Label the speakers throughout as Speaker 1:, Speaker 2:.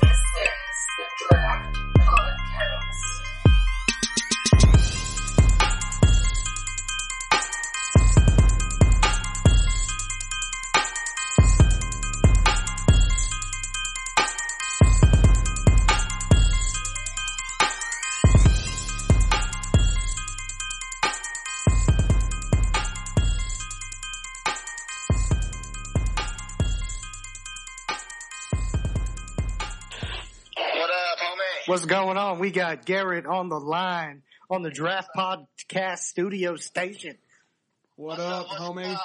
Speaker 1: This is the Draft Podcast.
Speaker 2: What up, homie?
Speaker 3: What's going on? We got Garrett on the line on the Draft Podcast Studio Station.
Speaker 4: What up, homie?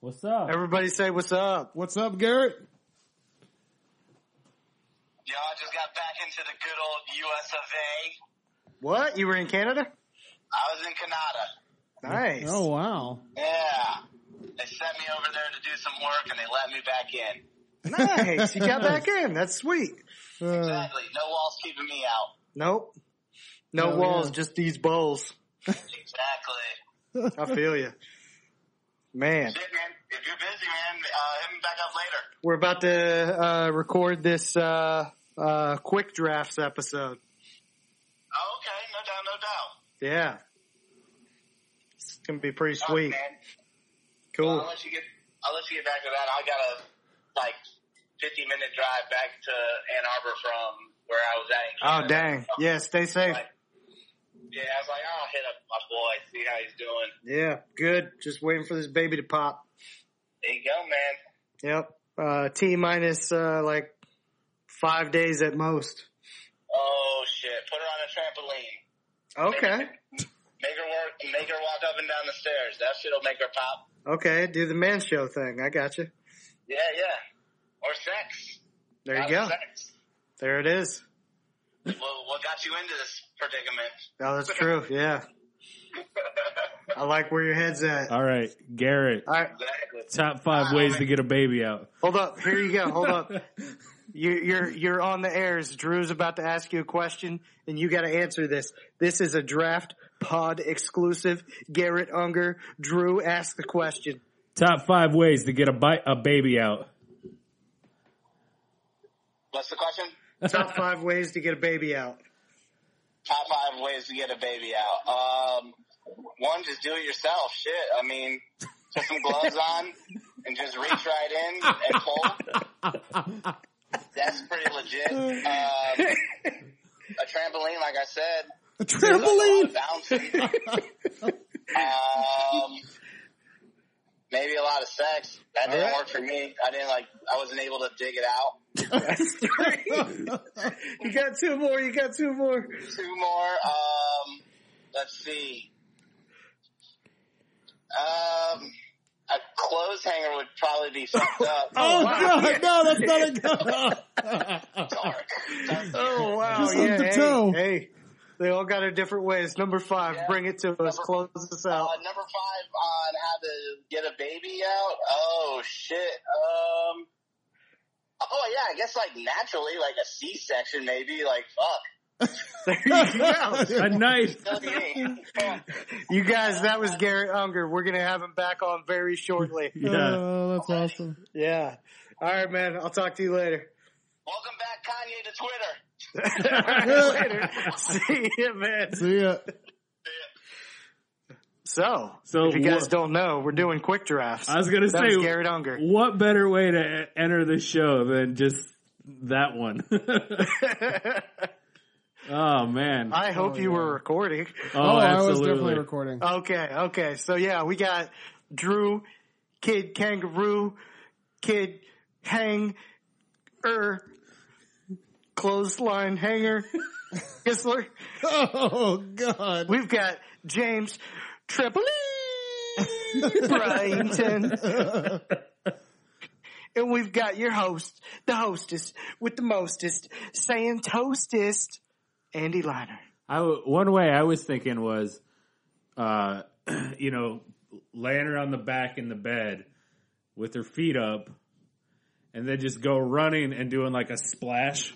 Speaker 5: What's up?
Speaker 3: Everybody say what's up.
Speaker 4: What's up, Garrett?
Speaker 2: Y'all just got back into the good old US of A.
Speaker 3: What? You were in Canada?
Speaker 2: I was in Canada.
Speaker 3: Nice.
Speaker 4: Oh wow!
Speaker 2: Yeah. They sent me over there to do some work and they let me back in.
Speaker 3: Nice. You got back in. That's sweet.
Speaker 4: Uh,
Speaker 2: Exactly. No walls keeping me out.
Speaker 3: Nope. No
Speaker 4: Oh,
Speaker 3: walls,
Speaker 4: yeah.
Speaker 3: just these bowls.
Speaker 2: Exactly.
Speaker 3: I feel you. Man,
Speaker 2: Shit, man. If you're busy, man, uh, hit me back up later.
Speaker 3: we're about to uh, record this uh, uh, quick drafts episode.
Speaker 2: Oh, okay. No doubt, no doubt.
Speaker 3: Yeah. It's going to be pretty
Speaker 2: All
Speaker 3: sweet.
Speaker 2: right, man. Well,
Speaker 3: Cool.
Speaker 2: I'll let you get, I'll let you get back to that. I got a, like, 50 minute drive back to Ann Arbor from where I was at in
Speaker 3: Oh,
Speaker 2: Canada.
Speaker 3: dang. Yeah, stay safe.
Speaker 2: Like, yeah, I was like, I'll hit up my boy, see how he's doing.
Speaker 3: Yeah, good. Just waiting for this baby to pop.
Speaker 2: There you go, man.
Speaker 3: Yep. Uh, T minus uh, like five days at most.
Speaker 2: Oh shit! Put her on a trampoline.
Speaker 3: Okay.
Speaker 2: Make her work. Make her walk up and down the stairs. That shit'll make her pop.
Speaker 3: Okay. Do the man show thing. I got you.
Speaker 2: Yeah, yeah. Or sex.
Speaker 3: There you
Speaker 2: Have
Speaker 3: go.
Speaker 2: Sex.
Speaker 3: There it is.
Speaker 2: Well, what got you into this predicament?
Speaker 3: Oh, that's true. Yeah. I like where your head's at. All
Speaker 5: All right, Garrett.
Speaker 3: right.
Speaker 2: Exactly.
Speaker 5: Top five ways to get a baby out.
Speaker 3: Hold up. Here you go. Hold up. You're, you're, you're on the airs. Drew's about to ask you a question and you got to answer this. This is a draft pod exclusive. Garrett Unger. Drew, ask the question.
Speaker 5: Top five ways to get a bi- a baby out.
Speaker 2: What's the question?
Speaker 3: Top five ways to get a baby out.
Speaker 2: Top five ways to get a baby out. Um, one, just do it yourself. Shit. I mean, put some gloves on and just reach right in and pull. That's pretty legit. Um, a trampoline, like I said,
Speaker 4: a
Speaker 2: Like, a
Speaker 4: trampoline.
Speaker 2: lot of bouncing. um, maybe a lot of sex. That didn't
Speaker 3: right.
Speaker 2: work for me. I didn't like. I wasn't able to dig it out.
Speaker 3: You got two more. You got two more.
Speaker 2: Two more. Um, let's see. Um, a clothes hanger would probably be fucked up.
Speaker 4: Oh god, no, that's not a god.
Speaker 2: dark.
Speaker 3: Oh wow!
Speaker 4: Just
Speaker 3: yeah,
Speaker 4: up the
Speaker 3: hey,
Speaker 4: toe.
Speaker 3: hey, they all got their different ways. Number five,
Speaker 2: Yeah.
Speaker 3: bring it to us. Close us out.
Speaker 2: Uh, number five on how to get a baby out. Oh shit. Um. Oh yeah, I guess like naturally, like a C-section maybe. Like fuck.
Speaker 3: There you go.
Speaker 5: A knife.
Speaker 4: Oh,
Speaker 2: You know what I mean?
Speaker 3: You guys, that was Garrett Unger. We're gonna have him back on very shortly.
Speaker 5: Yeah.
Speaker 4: Oh, that's awesome.
Speaker 3: Yeah. All right, man. I'll talk to you later.
Speaker 2: Welcome back, Kanye, to Twitter.
Speaker 3: later. See you, man.
Speaker 4: See ya.
Speaker 3: So,
Speaker 5: So
Speaker 3: if you guys
Speaker 5: what-
Speaker 3: don't know, we're doing quick drafts.
Speaker 5: I was gonna
Speaker 3: that
Speaker 5: say
Speaker 3: was Garrett Unger.
Speaker 5: What better way to e- enter the show than just that one? oh man.
Speaker 3: I hope you were recording.
Speaker 5: oh,
Speaker 4: Oh, I was
Speaker 5: absolutely.
Speaker 4: definitely recording.
Speaker 3: Okay, okay. So yeah, we got Drew, Kid Kangaroo, Kid Hang, Er, Clothesline Hanger, Kistler.
Speaker 4: Oh god.
Speaker 3: We've got James Triple Bryington. And we've got your host, the hostess with the mostest, saying toastest, Andy Liner.
Speaker 5: I w- one way I was thinking was, uh, you know, laying her on the back in the bed with her feet up, and then just go running and doing like a splash.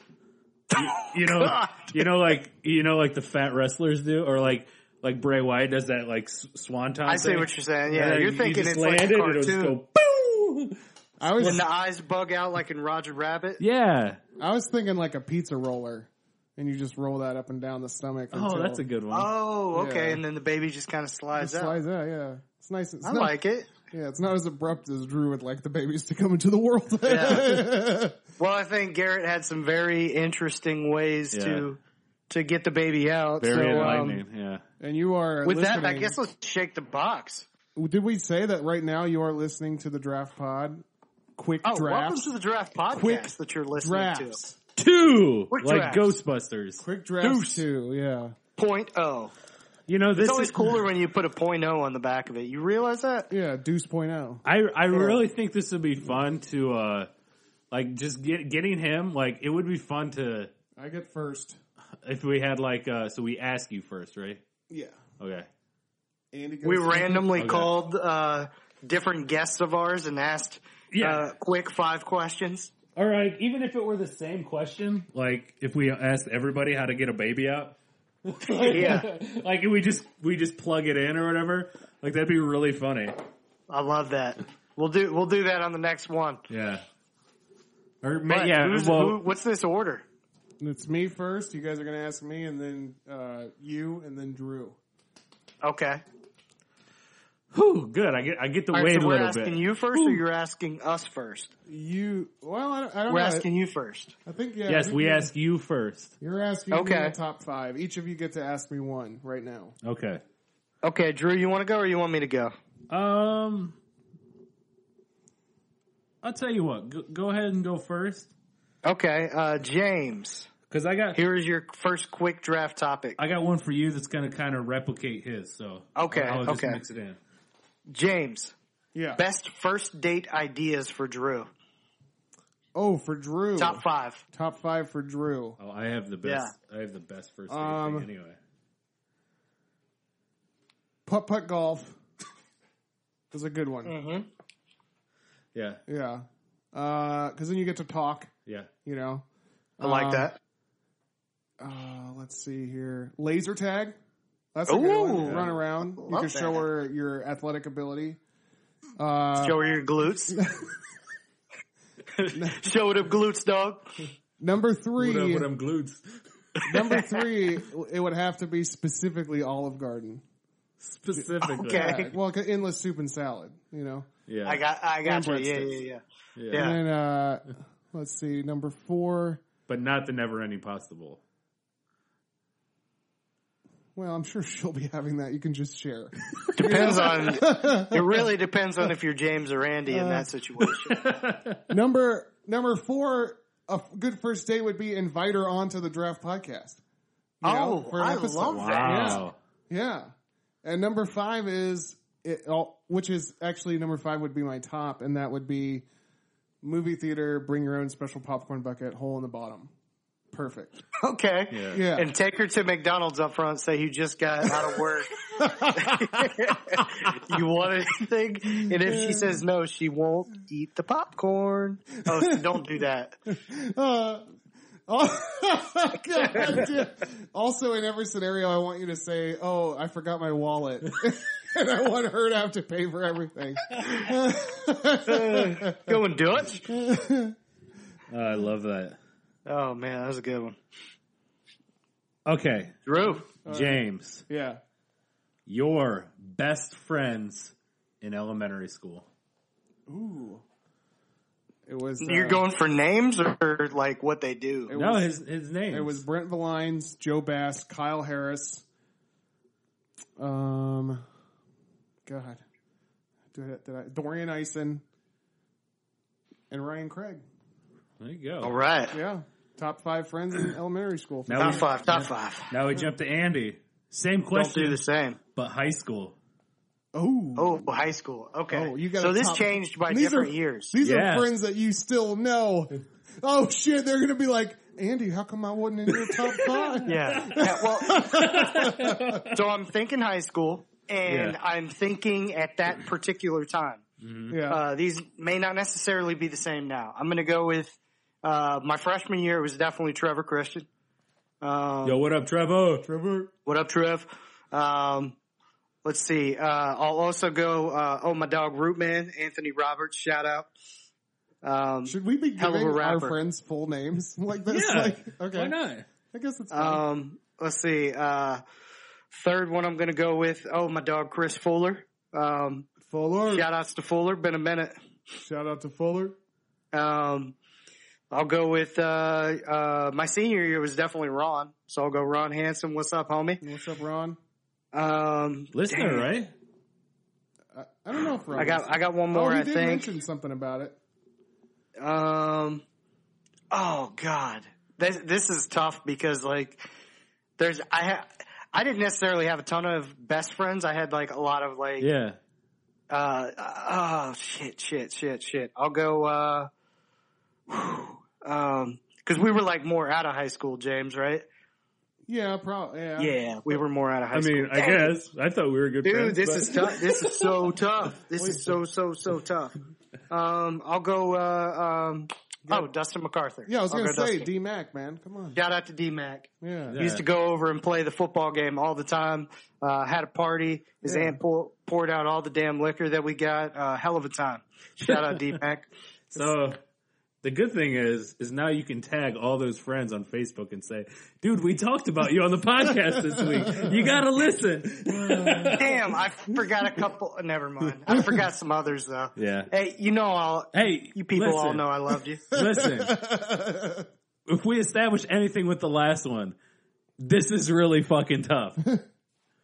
Speaker 5: you know, you know, like you know, like the fat wrestlers do, or like like Bray Wyatt does that like s- swanton.
Speaker 3: I see
Speaker 5: thing.
Speaker 3: what you're saying.
Speaker 5: And
Speaker 3: Yeah,
Speaker 5: then
Speaker 3: you're
Speaker 5: you
Speaker 3: thinking
Speaker 5: just
Speaker 3: it's like
Speaker 5: land
Speaker 3: a
Speaker 5: it, it'll just
Speaker 3: cartoon.
Speaker 5: go boom.
Speaker 4: I was
Speaker 3: When the eyes bug out like in Roger Rabbit.
Speaker 5: Yeah.
Speaker 4: I was thinking like a pizza roller, and you just roll that up and down the stomach.
Speaker 5: Oh,
Speaker 4: until
Speaker 5: that's a good one.
Speaker 3: Oh, okay.
Speaker 4: Yeah.
Speaker 3: And then the baby just kind of
Speaker 4: it
Speaker 3: slides, out.
Speaker 4: slides out. Yeah, it's nice. It's
Speaker 3: I
Speaker 4: not,
Speaker 3: like it.
Speaker 4: Yeah, it's not as abrupt as Drew would like the babies to come into the world.
Speaker 3: Yeah. Well, I think Garrett had some very interesting ways
Speaker 5: Yeah.
Speaker 3: to to get the baby out.
Speaker 5: Very
Speaker 3: so, um,
Speaker 5: enlightening. yeah.
Speaker 4: and you are
Speaker 3: with that, I
Speaker 4: listening-
Speaker 3: guess let's shake the box.
Speaker 4: Did we say that right now? You are listening to the draft pod. Quick
Speaker 3: Oh, welcome
Speaker 4: drafts.
Speaker 3: to the draft podcast
Speaker 4: Quick
Speaker 3: that you're listening
Speaker 4: drafts.
Speaker 5: Two
Speaker 3: Quick
Speaker 5: like
Speaker 3: drafts.
Speaker 5: Ghostbusters.
Speaker 4: Quick drafts
Speaker 3: Deuce.
Speaker 4: too. Yeah.
Speaker 3: to. Point oh.
Speaker 5: You know, this
Speaker 3: It's always
Speaker 5: is
Speaker 3: cooler when you put a point oh on the back of it. You realize that?
Speaker 4: Yeah. Deuce point out.
Speaker 5: I I really think this would be fun to uh like just get getting him like it would be fun to
Speaker 4: I get first.
Speaker 5: if we had like uh so we ask you first, right?
Speaker 4: Yeah.
Speaker 5: Okay.
Speaker 4: Andy goes
Speaker 3: We
Speaker 4: second.
Speaker 3: randomly
Speaker 5: Okay.
Speaker 3: called uh, different guests of ours and asked
Speaker 5: Yeah.
Speaker 3: uh, quick five questions.
Speaker 5: All right, even if it were the same question, like if we asked everybody how to get a baby out,
Speaker 3: Yeah.
Speaker 5: like we just we just plug it in or whatever, like that'd be really funny.
Speaker 3: I love that. We'll do we'll do that on the next one.
Speaker 5: Yeah. Or ma-
Speaker 3: But
Speaker 5: yeah,
Speaker 3: who's-
Speaker 5: well,
Speaker 3: who- what's this order?
Speaker 4: It's me first. You guys are gonna ask me, and then uh, you, and then Drew.
Speaker 3: Okay.
Speaker 5: whew, good. I get I get to
Speaker 3: All right,
Speaker 5: wait
Speaker 3: so
Speaker 5: a
Speaker 3: we're
Speaker 5: little
Speaker 3: asking
Speaker 5: bit.
Speaker 3: you first, or you're asking us first.
Speaker 4: You. Well, I don't, I don't
Speaker 3: We're
Speaker 4: know.
Speaker 3: asking you first.
Speaker 4: I think yeah. I
Speaker 5: yes,
Speaker 4: think
Speaker 5: we
Speaker 4: you're-
Speaker 5: ask you first.
Speaker 4: You're asking me
Speaker 3: Okay.
Speaker 4: the top five. Each of you get to ask me one right now.
Speaker 5: Okay.
Speaker 3: Okay, Drew, you want to go or you want me to go?
Speaker 5: Um, I'll tell you what. Go, go ahead and go first
Speaker 3: Okay, uh, James.
Speaker 5: because I got
Speaker 3: Here is your first quick draft topic.
Speaker 5: I got one for you that's gonna kind of replicate his. So
Speaker 3: Okay,
Speaker 5: I'll, I'll just
Speaker 3: okay.
Speaker 5: mix it in.
Speaker 3: James,
Speaker 4: Yeah.
Speaker 3: best first date ideas for Drew.
Speaker 4: Oh, for Drew.
Speaker 3: Top five.
Speaker 4: Top five for Drew.
Speaker 5: Oh, I have the best. I have the best first date
Speaker 4: Um,
Speaker 5: thing anyway.
Speaker 4: Putt putt golf. Is a good one.
Speaker 3: Uh-huh.
Speaker 5: Yeah,
Speaker 4: Yeah. Because then you get to talk.
Speaker 5: yeah.
Speaker 4: You know.
Speaker 3: I like
Speaker 4: Um,
Speaker 3: that.
Speaker 4: Uh, let's see here. Laser tag. That's a
Speaker 3: Ooh.
Speaker 4: good one. Run around. You
Speaker 3: Love
Speaker 4: can show
Speaker 3: that.
Speaker 4: her your athletic ability. Uh,
Speaker 3: Show her your glutes. Show it up glutes, dog.
Speaker 4: number
Speaker 5: What up
Speaker 4: three.
Speaker 5: with them glutes?
Speaker 4: number three. It would have to be specifically Olive Garden.
Speaker 5: Specifically.
Speaker 3: Okay.
Speaker 4: Yeah, well, 'cause endless soup and salad. You know.
Speaker 5: Yeah.
Speaker 3: I got, I got you.
Speaker 4: And
Speaker 3: Yeah,
Speaker 4: breadsticks.
Speaker 3: yeah,
Speaker 5: yeah.
Speaker 3: yeah, yeah.
Speaker 4: And then, uh, let's see, number four.
Speaker 5: But not the never ending pasta bowl.
Speaker 4: Well, I'm sure she'll be having that. You can just share.
Speaker 3: Depends on. It really depends on if you're James or Andy in that situation.
Speaker 4: number number four. A f- good first date would be invite her onto the draft podcast. You know,
Speaker 3: oh,
Speaker 4: for an
Speaker 3: I
Speaker 4: episode.
Speaker 3: love that.
Speaker 5: Wow.
Speaker 4: Yeah. And number five is it all, which is actually number five would be my top, and that would be movie theater. Bring your own special popcorn bucket, hole in the bottom. Perfect.
Speaker 3: Okay.
Speaker 5: Yeah.
Speaker 4: Yeah.
Speaker 3: And take her to McDonald's up front. Say you just got out of work. you want anything? And if she says no, she won't eat the popcorn. Oh, so don't do that.
Speaker 4: Uh, oh, God, dude. also, in every scenario, I want you to say, "Oh, I forgot my wallet," and I want her to have to pay for everything.
Speaker 3: Go and do it.
Speaker 5: Oh, I love that.
Speaker 3: Oh man, that was a good one.
Speaker 5: Okay.
Speaker 3: Drew.
Speaker 5: James,
Speaker 4: Yeah,
Speaker 5: your best friends in elementary school.
Speaker 4: it was. uh,
Speaker 3: You're going for names or like what they do?
Speaker 4: It
Speaker 5: no,
Speaker 4: was,
Speaker 5: his his name.
Speaker 4: it was Brent Valines, Joe Bass, Kyle Harris. Um, God, did I, did I, Dorian Ison and Ryan Craig.
Speaker 5: There you go.
Speaker 3: All right.
Speaker 4: Yeah, top five friends in elementary school.
Speaker 5: Now
Speaker 3: Top
Speaker 5: we,
Speaker 3: five. Top five.
Speaker 5: Now we jump to Andy.
Speaker 3: Don't
Speaker 5: Same
Speaker 3: do
Speaker 5: question,
Speaker 3: the same.
Speaker 5: but high school.
Speaker 4: Oh,
Speaker 3: Oh, high school. Okay.
Speaker 4: Oh, you got
Speaker 3: so
Speaker 4: a
Speaker 3: this
Speaker 4: top-
Speaker 3: changed by
Speaker 4: These
Speaker 3: different
Speaker 4: are-
Speaker 3: years.
Speaker 4: These
Speaker 5: Yeah.
Speaker 4: are friends that you still know. Oh shit, they're gonna be like, Andy, how come I wasn't in your top five?
Speaker 3: Yeah. Yeah, well, so I'm thinking high school, and
Speaker 5: Yeah.
Speaker 3: I'm thinking at that particular time.
Speaker 4: Yeah.
Speaker 3: Uh, these may not necessarily be the same now. I'm going to go with Uh, my freshman year it was definitely Trevor Christian. Um,
Speaker 5: Yo, what up, Trevor?
Speaker 4: Trevor.
Speaker 3: what up, Trev? Um, let's see. Uh, I'll also go. Uh, oh, my dog Rootman, Anthony Roberts. Shout out. Um,
Speaker 4: Should we be
Speaker 3: Hell of a
Speaker 4: giving our
Speaker 3: rapper.
Speaker 4: friends full names like this?
Speaker 5: Yeah.
Speaker 4: Like, okay.
Speaker 5: Why not?
Speaker 4: I guess it's fine.
Speaker 3: Um, let's see. Uh, third one I'm going to go with. Oh, my dog Chris Fuller. Um,
Speaker 4: Fuller.
Speaker 3: shout outs to Fuller. Been a minute.
Speaker 4: Shout out to Fuller.
Speaker 3: Um, I'll go with uh, uh, my senior year was definitely Ron, so I'll go Ron Hanson. What's up, homie?
Speaker 4: What's up, Ron?
Speaker 3: Um,
Speaker 5: Listener,
Speaker 3: damn.
Speaker 5: right?
Speaker 4: I, I don't know if Ron.
Speaker 3: I got I got one more.
Speaker 4: oh, he
Speaker 3: I
Speaker 4: did
Speaker 3: think.
Speaker 4: mention something about it.
Speaker 3: Um, oh God, this this is tough because like there's I ha- I didn't necessarily have a ton of best friends. I had like a lot of like
Speaker 5: Yeah.
Speaker 3: uh, oh shit, shit, shit, shit. I'll go, uh, um, cause we were like more out of high school, James, right?
Speaker 4: Yeah, probably. Yeah.
Speaker 3: Yeah, we were more out of high
Speaker 5: I
Speaker 3: school.
Speaker 5: mean, I guess I thought we were good
Speaker 3: Dude,
Speaker 5: friends.
Speaker 3: this
Speaker 5: but-
Speaker 3: is tough. This is so tough. This is so, so, so tough. Um, I'll go, uh, um, oh, Dustin MacArthur.
Speaker 4: Yeah, I was
Speaker 3: I'll
Speaker 4: gonna
Speaker 3: go
Speaker 4: say
Speaker 3: Dustin.
Speaker 4: D Mac, man. Come on.
Speaker 3: Shout out to D-Mac.
Speaker 4: Yeah.
Speaker 5: Yeah.
Speaker 3: Used to go over and play the football game all the time. Uh, had a party. His
Speaker 4: Yeah.
Speaker 3: aunt pour, poured out all the damn liquor that we got. Uh, hell of a time. Shout out D-Mac.
Speaker 5: So the good thing is, is now you can tag all those friends on Facebook and say, "Dude, we talked about you on the podcast this week. You gotta listen."
Speaker 3: Damn, I forgot a couple. Never mind. I forgot some others though.
Speaker 5: yeah.
Speaker 3: Hey, you know all
Speaker 5: Hey,
Speaker 3: you people all
Speaker 5: listen.
Speaker 3: know I loved you.
Speaker 5: Listen, if we establish anything with the last one, this is really fucking tough.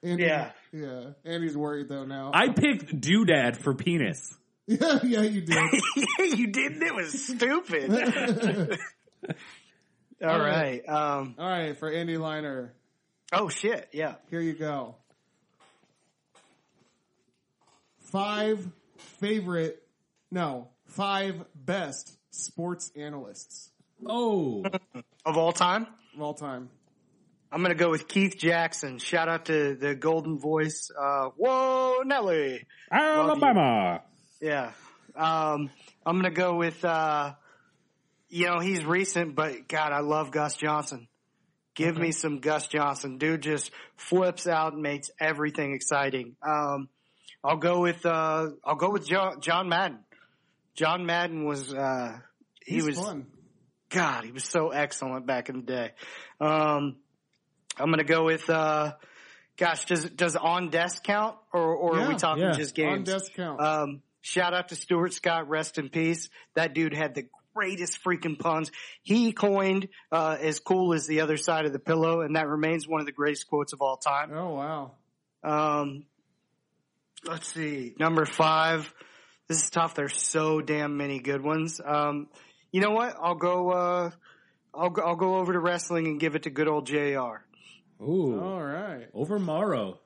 Speaker 4: Andy,
Speaker 3: Yeah.
Speaker 4: Yeah. Andy's worried though now.
Speaker 5: I picked doodad for penis.
Speaker 4: yeah, yeah, you did.
Speaker 3: you didn't. It was stupid. all right. Um.
Speaker 4: All right, for Andy Liner,
Speaker 3: Oh shit. Yeah.
Speaker 4: here you go. Five favorite, no, five best sports analysts
Speaker 5: Oh,
Speaker 3: Of all time,
Speaker 4: of all time.
Speaker 3: I'm gonna go with Keith Jackson. Shout out to the Golden Voice. Uh. Whoa, Nelly.
Speaker 5: Alabama.
Speaker 3: Yeah. Um. I'm gonna go with. Uh. You know he's recent, but God, I love Gus Johnson. Give me some Gus Johnson. Dude just flips out and makes everything exciting. Um, I'll go with uh, I'll go with John, John Madden. John Madden was uh, he
Speaker 4: He's
Speaker 3: was
Speaker 4: fun.
Speaker 3: God. He was so excellent back in the day. Um, I'm gonna go with uh, gosh. Does does on desk count or or are we
Speaker 4: Yeah,
Speaker 3: talking
Speaker 5: yeah.
Speaker 3: just games?
Speaker 4: On desk count.
Speaker 3: Um, shout out to Stuart Scott, rest in peace. That dude had the greatest freaking puns. He coined uh, "as cool as the other side of the pillow," and that remains one of the greatest quotes of all time.
Speaker 4: oh wow.
Speaker 3: Um, let's see, number five. This is tough. There's so damn many good ones. Um, you know what? I'll go. Uh, I'll go, I'll go over to wrestling and give it to good old Jr.
Speaker 5: Ooh,
Speaker 4: All right.
Speaker 5: over Morrow.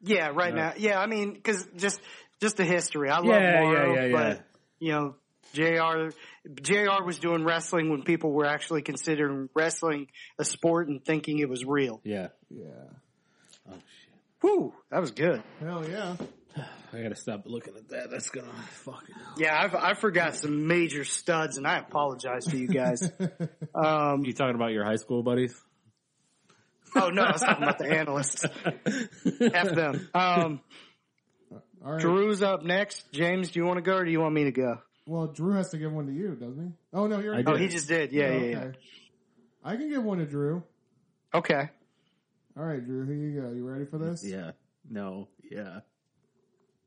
Speaker 3: Yeah, right
Speaker 5: Yeah.
Speaker 3: now. Yeah, I mean, because just just the history. I love
Speaker 5: Yeah,
Speaker 3: Morrow,
Speaker 5: yeah, yeah, yeah.
Speaker 3: but you know, Jr. Jr. was doing wrestling when people were actually considering wrestling a sport and thinking it was real.
Speaker 5: Yeah.
Speaker 4: Yeah.
Speaker 5: Oh shit.
Speaker 3: Whew, that was good.
Speaker 4: Hell yeah.
Speaker 5: I gotta stop looking at that. That's gonna fucking.
Speaker 3: Yeah, I've, I forgot some major studs, and I apologize to you guys. Um,
Speaker 5: You talking about your high school buddies?
Speaker 3: oh no, I was talking about the analysts. F them. Um,
Speaker 4: All right.
Speaker 3: Drew's up next. James, do you want to go or do you want me to go?
Speaker 4: Well, Drew has to give one to you, doesn't he? Oh no, you're.
Speaker 5: I
Speaker 3: Oh,
Speaker 5: did.
Speaker 3: he just did. Yeah, yeah, yeah.
Speaker 4: I can give one to Drew.
Speaker 3: Okay.
Speaker 4: All right, Drew, here you go. You ready for this?
Speaker 5: Yeah. No. Yeah.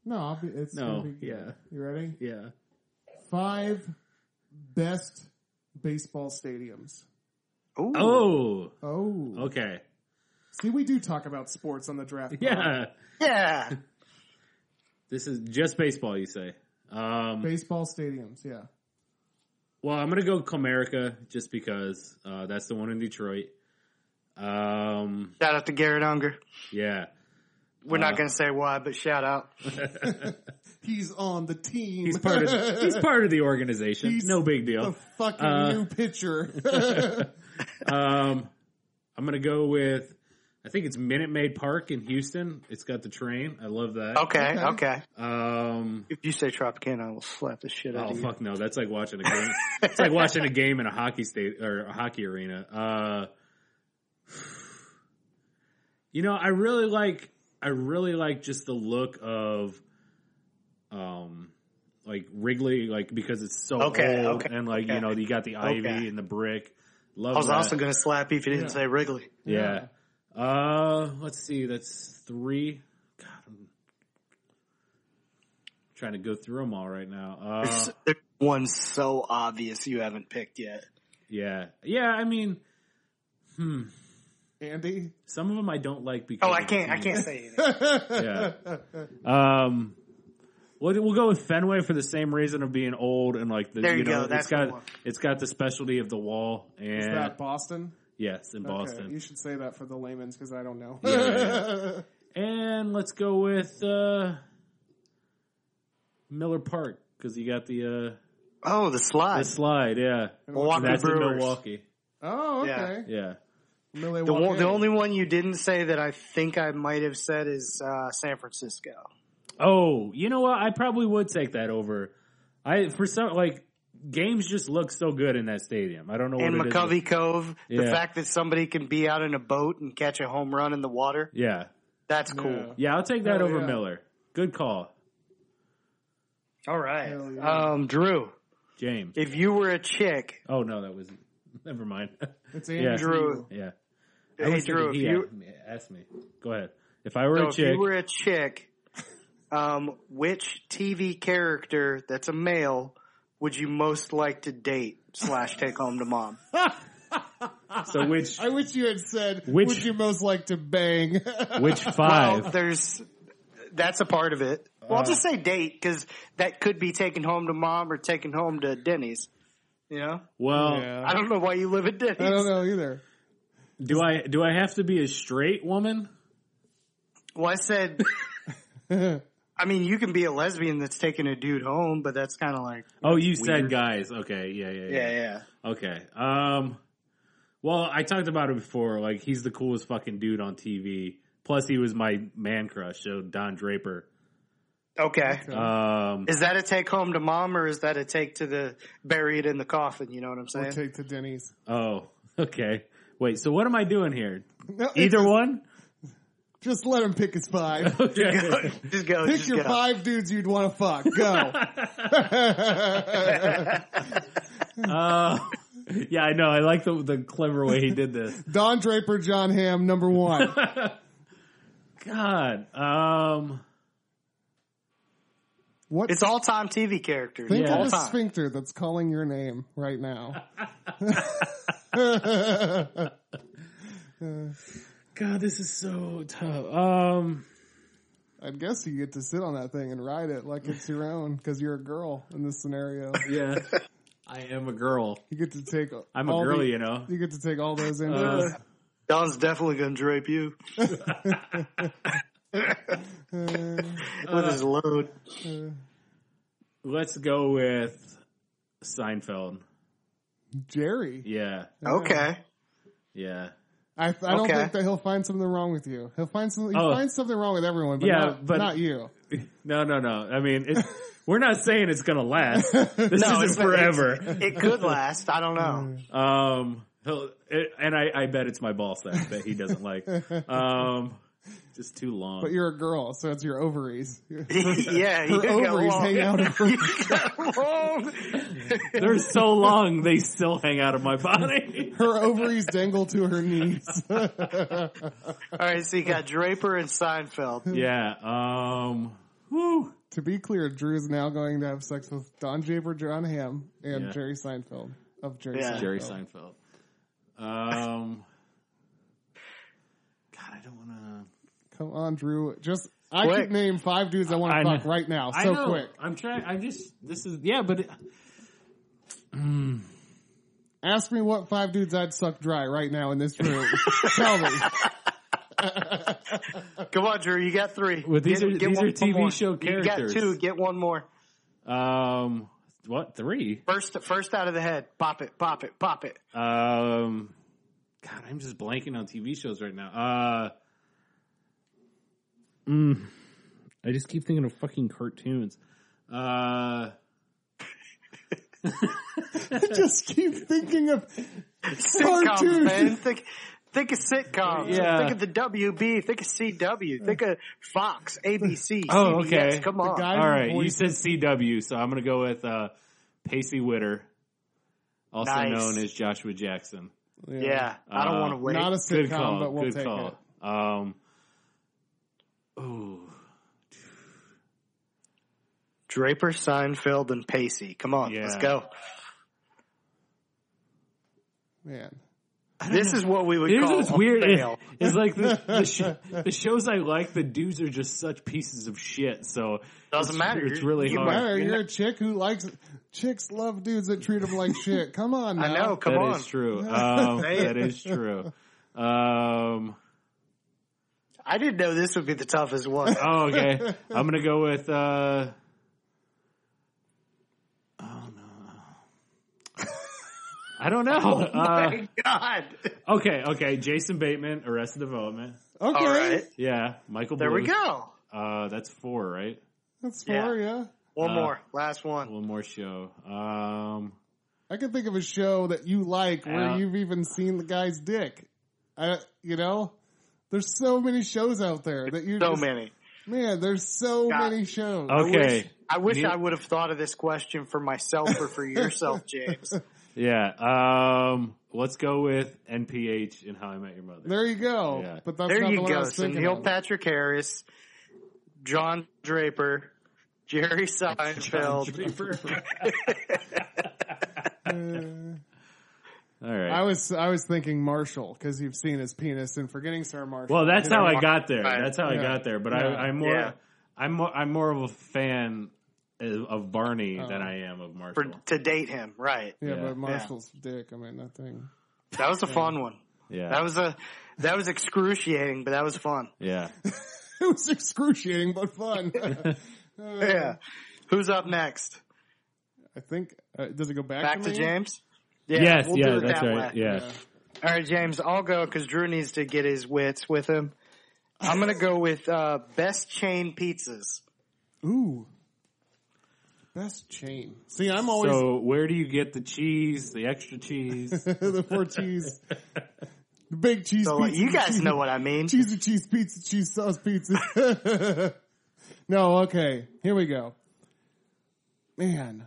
Speaker 4: No, I'll be, it's
Speaker 5: No,
Speaker 4: gonna be good.
Speaker 5: yeah.
Speaker 4: You ready?
Speaker 5: Yeah.
Speaker 4: Five best baseball stadiums.
Speaker 3: Ooh.
Speaker 5: Oh.
Speaker 4: Oh,
Speaker 5: Okay.
Speaker 4: see, we do talk about sports on the draft. pod.
Speaker 5: Yeah.
Speaker 3: Yeah.
Speaker 5: Uh, This is just baseball, you say. Um,
Speaker 4: baseball stadiums. Yeah,
Speaker 5: well, I'm gonna go Comerica just because uh, that's the one in Detroit. Um,
Speaker 3: Shout out to Garrett Unger.
Speaker 5: yeah,
Speaker 3: We're
Speaker 5: Uh,
Speaker 3: not going to say why, but shout out.
Speaker 4: he's on the team.
Speaker 5: he's part of he's part of the organization.
Speaker 4: He's
Speaker 5: no big
Speaker 4: the
Speaker 5: deal.
Speaker 4: fucking
Speaker 5: Uh,
Speaker 4: new pitcher.
Speaker 5: Um, I'm gonna go with. I think it's Minute Maid Park in Houston. It's got the train. I love that.
Speaker 3: Okay, okay.
Speaker 4: Okay.
Speaker 5: Um,
Speaker 3: If you say Tropicana, I will slap the shit out
Speaker 5: Oh
Speaker 3: of you.
Speaker 5: fuck no! That's like watching a game. it's like watching a game in a hockey state or a hockey arena. Uh, you know, I really like. I really like just the look of, um, like Wrigley, like because it's so
Speaker 3: Okay,
Speaker 5: old
Speaker 3: okay,
Speaker 5: and like you
Speaker 3: okay.
Speaker 5: know you got the ivy
Speaker 3: Okay.
Speaker 5: and the brick. Love
Speaker 3: I was
Speaker 5: that.
Speaker 3: also going to slap you if you didn't
Speaker 4: Yeah.
Speaker 3: say Wrigley.
Speaker 5: yeah. Uh, let's see. That's three. God, I'm trying to go through them all right now. Uh,
Speaker 3: There's there's one so obvious you haven't picked yet.
Speaker 5: Yeah. Yeah, I mean, hmm.
Speaker 4: Andy.
Speaker 5: Some of them I don't like because.
Speaker 3: Oh, I
Speaker 5: of
Speaker 3: can't.
Speaker 5: the
Speaker 3: I
Speaker 5: team.
Speaker 3: can't say anything.
Speaker 5: Yeah. Um, we'll, we'll go with Fenway for the same reason of being old and like the.
Speaker 3: There you
Speaker 5: you know,
Speaker 3: go, that's
Speaker 5: it's
Speaker 3: the
Speaker 5: got
Speaker 3: one.
Speaker 5: it's got the specialty of the wall and
Speaker 4: Is that Boston?
Speaker 5: yes in
Speaker 4: Okay,
Speaker 5: Boston.
Speaker 4: you should say that for the layman's because I don't know.
Speaker 5: Yeah. And let's go with uh, Miller Park because you got the
Speaker 3: Oh, the
Speaker 5: uh, the
Speaker 3: slide.
Speaker 5: slide. Yeah,
Speaker 3: Milwaukee
Speaker 5: that's
Speaker 3: Brewers.
Speaker 5: in Milwaukee.
Speaker 4: oh, okay.
Speaker 5: Yeah.
Speaker 4: Milwaukee.
Speaker 3: The, one, the only one you didn't say that I think I might have said is uh, San Francisco.
Speaker 5: Oh, you know what? I probably would take that over. I for some like games just look so good in that stadium. I don't know
Speaker 3: And
Speaker 5: what it is.
Speaker 3: McCovey Cove, the
Speaker 5: Yeah.
Speaker 3: fact that somebody can be out in a boat and catch a home run in the water,
Speaker 5: Yeah,
Speaker 3: that's cool.
Speaker 4: Yeah.
Speaker 5: yeah. I'll take
Speaker 3: Oh,
Speaker 5: that
Speaker 4: Hell
Speaker 5: over
Speaker 4: yeah.
Speaker 5: Miller. Good call,
Speaker 3: All right.
Speaker 4: Hell yeah.
Speaker 3: Um, Drew,
Speaker 5: James.
Speaker 3: if you were a chick,
Speaker 5: Oh no, that was never mind.
Speaker 4: It's
Speaker 5: Yeah.
Speaker 4: Andrew.
Speaker 3: Drew.
Speaker 5: yeah. I
Speaker 3: hey
Speaker 5: was
Speaker 3: Drew,
Speaker 5: thinking
Speaker 3: if
Speaker 5: he
Speaker 3: you,
Speaker 5: asked me, asked me. Go ahead. If I were
Speaker 3: so
Speaker 5: a
Speaker 3: if you
Speaker 5: chick,
Speaker 3: were a chick, um, which TV character that's a male would you most like to date slash take home to mom?
Speaker 5: so which
Speaker 4: I wish you had said
Speaker 5: Which-
Speaker 4: would you most like to bang.
Speaker 5: which
Speaker 3: Well,
Speaker 5: five?
Speaker 3: there's that's a part of it. Well, I'll
Speaker 4: Uh.
Speaker 3: just say date because that could be taken home to mom or taken home to Denny's. You know,
Speaker 5: Well,
Speaker 4: Yeah.
Speaker 3: I don't know why you live at Denny's.
Speaker 4: Uh. I don't know either.
Speaker 5: do I do I have to be a straight woman?
Speaker 3: Well, I said, I mean, you can be a lesbian that's taking a dude home, but that's kind of like,
Speaker 5: Oh, you said
Speaker 3: weird.
Speaker 5: guys. Okay, yeah, yeah,
Speaker 3: yeah,
Speaker 5: yeah.
Speaker 3: yeah.
Speaker 5: Okay. Um. Well, I talked about it before. Like, he's the coolest fucking dude on TV. Plus, he was my man crush. So Don Draper.
Speaker 3: Okay.
Speaker 4: uh,
Speaker 5: Um.
Speaker 3: Is that a take home to mom or is that a take to the bury it in the coffin? You know what I'm
Speaker 4: Or
Speaker 3: saying?
Speaker 4: take to Denny's.
Speaker 5: Oh. Okay. Wait. So what am I doing here?
Speaker 4: No, it's
Speaker 5: Either
Speaker 4: just,
Speaker 5: one.
Speaker 4: Just let him pick his five.
Speaker 5: Okay.
Speaker 3: just go.
Speaker 4: Pick
Speaker 3: just
Speaker 4: your
Speaker 3: go.
Speaker 4: five dudes you'd want to fuck. Go.
Speaker 5: uh, yeah, I know. I like the the clever way he did this.
Speaker 4: Don Draper, John Hamm, number one.
Speaker 5: God. Um.
Speaker 4: What
Speaker 3: It's all time TV characters.
Speaker 4: Think
Speaker 5: Yeah.
Speaker 4: of
Speaker 3: All
Speaker 4: a
Speaker 3: time.
Speaker 4: sphincter that's calling your name right now.
Speaker 5: God, this is so tough. Um.
Speaker 4: I guess you get to sit on that thing and ride it like it's your own because you're a girl in this scenario.
Speaker 5: Yeah. I am a girl.
Speaker 4: You get to take.
Speaker 5: I'm a
Speaker 4: all
Speaker 5: girl,
Speaker 4: the-
Speaker 5: you know.
Speaker 4: You get to take all those in.
Speaker 5: Uh,
Speaker 3: Don's definitely going to drape you
Speaker 4: Uh,
Speaker 3: with his load.
Speaker 5: Let's go with Seinfeld.
Speaker 4: Jerry.
Speaker 5: Yeah.
Speaker 4: uh,
Speaker 3: Okay.
Speaker 5: Yeah.
Speaker 4: I, I don't
Speaker 3: Okay.
Speaker 4: think that he'll find something wrong with you. He'll find something. He
Speaker 5: Oh.
Speaker 4: finds something wrong with everyone, but,
Speaker 5: Yeah,
Speaker 4: not,
Speaker 5: but-
Speaker 4: not you.
Speaker 5: No, no, no. I mean, it's, we're not saying it's gonna last. This
Speaker 3: No,
Speaker 5: isn't
Speaker 3: it's not-
Speaker 5: forever.
Speaker 3: It could last. I don't know.
Speaker 5: Um, he'll, it, and I, I bet it's my ball sack that he doesn't like. Um, just too long.
Speaker 4: But you're a girl, so it's your ovaries. Your
Speaker 3: yeah, you got
Speaker 4: Mm. ovaries
Speaker 3: long.
Speaker 4: hang out. of her-
Speaker 3: Long.
Speaker 5: They're so long; they still hang out of my body.
Speaker 4: Her ovaries dangle to her knees.
Speaker 3: All right, so you got Draper and Seinfeld.
Speaker 5: yeah. Um. Woo.
Speaker 4: to be clear, Drew is now going to have sex with Don Draper, John Hamm, and
Speaker 5: Yeah.
Speaker 4: Jerry Seinfeld of Jerry.
Speaker 3: Yeah.
Speaker 4: Seinfeld.
Speaker 5: Jerry Seinfeld. Um. God, I don't want to.
Speaker 4: Come on, Drew. Just I
Speaker 3: Quick.
Speaker 4: could name five dudes I want
Speaker 5: I
Speaker 4: to fuck
Speaker 5: know.
Speaker 4: right now,
Speaker 5: I
Speaker 4: so
Speaker 5: know.
Speaker 4: quick.
Speaker 5: I'm trying. I just. This is yeah, but it,
Speaker 4: Ask me what five dudes I'd suck dry right now in this room. Tell me.
Speaker 3: Come on, Drew, you got three.
Speaker 5: Well, these are- these
Speaker 3: one
Speaker 5: are TV
Speaker 3: more.
Speaker 5: show characters.
Speaker 3: You got two. Get one more.
Speaker 5: um. What three?
Speaker 3: First, first out of the head. Pop it, pop it, pop it.
Speaker 5: Um. God, I'm just blanking on TV shows right now. Uh, mm, I just keep thinking of fucking cartoons. Uh,
Speaker 4: Just keep thinking of
Speaker 3: Sitcoms,
Speaker 4: Cartoon.
Speaker 3: man. Think, think of sitcoms.
Speaker 5: Yeah.
Speaker 3: Think of the WB. Think of CW. Think of Fox, ABC,
Speaker 5: Oh,
Speaker 3: CBS.
Speaker 5: okay.
Speaker 3: Come
Speaker 4: the
Speaker 3: on.
Speaker 4: guy
Speaker 5: all
Speaker 4: who
Speaker 5: right, you
Speaker 4: voiced-
Speaker 5: said CW, so I'm gonna go with uh, Pacey Witter, also
Speaker 3: Nice.
Speaker 5: known as Joshua Jackson.
Speaker 3: yeah, I don't
Speaker 5: Uh,
Speaker 3: want to wait.
Speaker 4: Not a
Speaker 5: Good
Speaker 4: sitcom,
Speaker 5: call.
Speaker 4: but we'll
Speaker 5: good
Speaker 4: take
Speaker 5: call.
Speaker 4: it.
Speaker 5: Um, ooh,
Speaker 3: Draper, Seinfeld, and Pacey. Come on,
Speaker 5: Yeah.
Speaker 3: let's go.
Speaker 4: Man.
Speaker 3: This is what we would
Speaker 5: Here's
Speaker 3: call
Speaker 5: what's
Speaker 3: a
Speaker 5: weird is,
Speaker 3: fail.
Speaker 5: is like the, the, sh- the shows I like, the dudes are just such pieces of shit. So
Speaker 3: Doesn't
Speaker 5: it's-
Speaker 3: matter.
Speaker 5: It's really
Speaker 3: You
Speaker 5: hard.
Speaker 4: Matter,
Speaker 3: You're
Speaker 4: you're,
Speaker 3: not-
Speaker 4: a chick who likes chicks love dudes that treat them like shit. Come on, now.
Speaker 3: I know. Come
Speaker 5: That
Speaker 3: on.
Speaker 5: is true. Um,
Speaker 3: Say it.
Speaker 5: that is true. Um,
Speaker 3: I didn't know this would be the toughest one.
Speaker 5: oh, okay. I'm gonna go with. Uh, oh no. I don't know.
Speaker 3: Oh,
Speaker 5: Uh,
Speaker 3: My God.
Speaker 5: okay, okay. Jason Bateman, Arrested Development.
Speaker 4: Okay,
Speaker 3: All right.
Speaker 5: Yeah, Michael.
Speaker 3: There we
Speaker 5: Bluth.
Speaker 3: go.
Speaker 5: Uh, that's four, right?
Speaker 4: that's
Speaker 3: Yeah.
Speaker 4: four. Yeah,
Speaker 3: One
Speaker 5: Uh,
Speaker 3: more. Last one.
Speaker 5: One more show. Um,
Speaker 4: I can think of a show that you like where
Speaker 5: Yeah.
Speaker 4: you've even seen the guy's dick. I, you know, there's so many shows out there that you
Speaker 3: So
Speaker 4: just,
Speaker 3: many.
Speaker 4: Man, there's so
Speaker 3: God.
Speaker 4: many shows.
Speaker 5: okay.
Speaker 3: I wish
Speaker 5: Neil-
Speaker 3: I would have thought of this question for myself or for yourself, James.
Speaker 5: Yeah. Um, let's go with NPH and How I Met Your Mother.
Speaker 4: There you go.
Speaker 5: Yeah.
Speaker 4: But that's
Speaker 3: There
Speaker 4: not the
Speaker 3: you
Speaker 4: one I
Speaker 3: go.
Speaker 4: was thinking
Speaker 3: Neil
Speaker 4: of.
Speaker 3: Patrick Harris, John Draper, Jerry
Speaker 5: John
Speaker 3: Seinfeld.
Speaker 5: Draper. All
Speaker 4: I
Speaker 5: right.
Speaker 4: was I was thinking Marshall because you've seen his penis and forgetting Sir Marshall.
Speaker 5: Well, that's how I got there.
Speaker 3: Right.
Speaker 5: That's how I
Speaker 4: Yeah.
Speaker 5: got there. But I,
Speaker 4: Yeah.
Speaker 5: I'm more,
Speaker 3: Yeah.
Speaker 5: I'm more, I'm more of a fan of of Barney
Speaker 4: Oh.
Speaker 5: than I am of
Speaker 3: for,
Speaker 5: Marshall.
Speaker 3: to date him, right?
Speaker 4: yeah,
Speaker 5: yeah.
Speaker 4: but Marshall's dick. I mean, that thing.
Speaker 3: That was a fun one.
Speaker 5: yeah.
Speaker 3: That was a that was excruciating, but that was fun.
Speaker 5: yeah.
Speaker 4: It was excruciating but fun. Uh,
Speaker 3: Yeah. Who's up next?
Speaker 4: I think uh, does it go back,
Speaker 3: Back
Speaker 4: to,
Speaker 3: to
Speaker 4: me?
Speaker 3: James.
Speaker 5: yes.
Speaker 3: we'll
Speaker 5: yeah.
Speaker 3: do it
Speaker 5: That's
Speaker 3: that
Speaker 5: right.
Speaker 3: way.
Speaker 5: Yeah.
Speaker 3: All right, James, I'll go because Drew needs to get his wits with him. I'm gonna go with uh, best chain pizzas.
Speaker 4: Ooh, best chain. See, I'm always
Speaker 5: So where do you get the cheese, the extra cheese?
Speaker 4: the four cheese, the big cheese.
Speaker 3: So
Speaker 4: pizza,
Speaker 3: you
Speaker 4: the
Speaker 3: guys
Speaker 4: cheese-
Speaker 3: know what I mean.
Speaker 4: cheese and cheese pizza, cheese sauce pizza. no, okay, here we go. Man,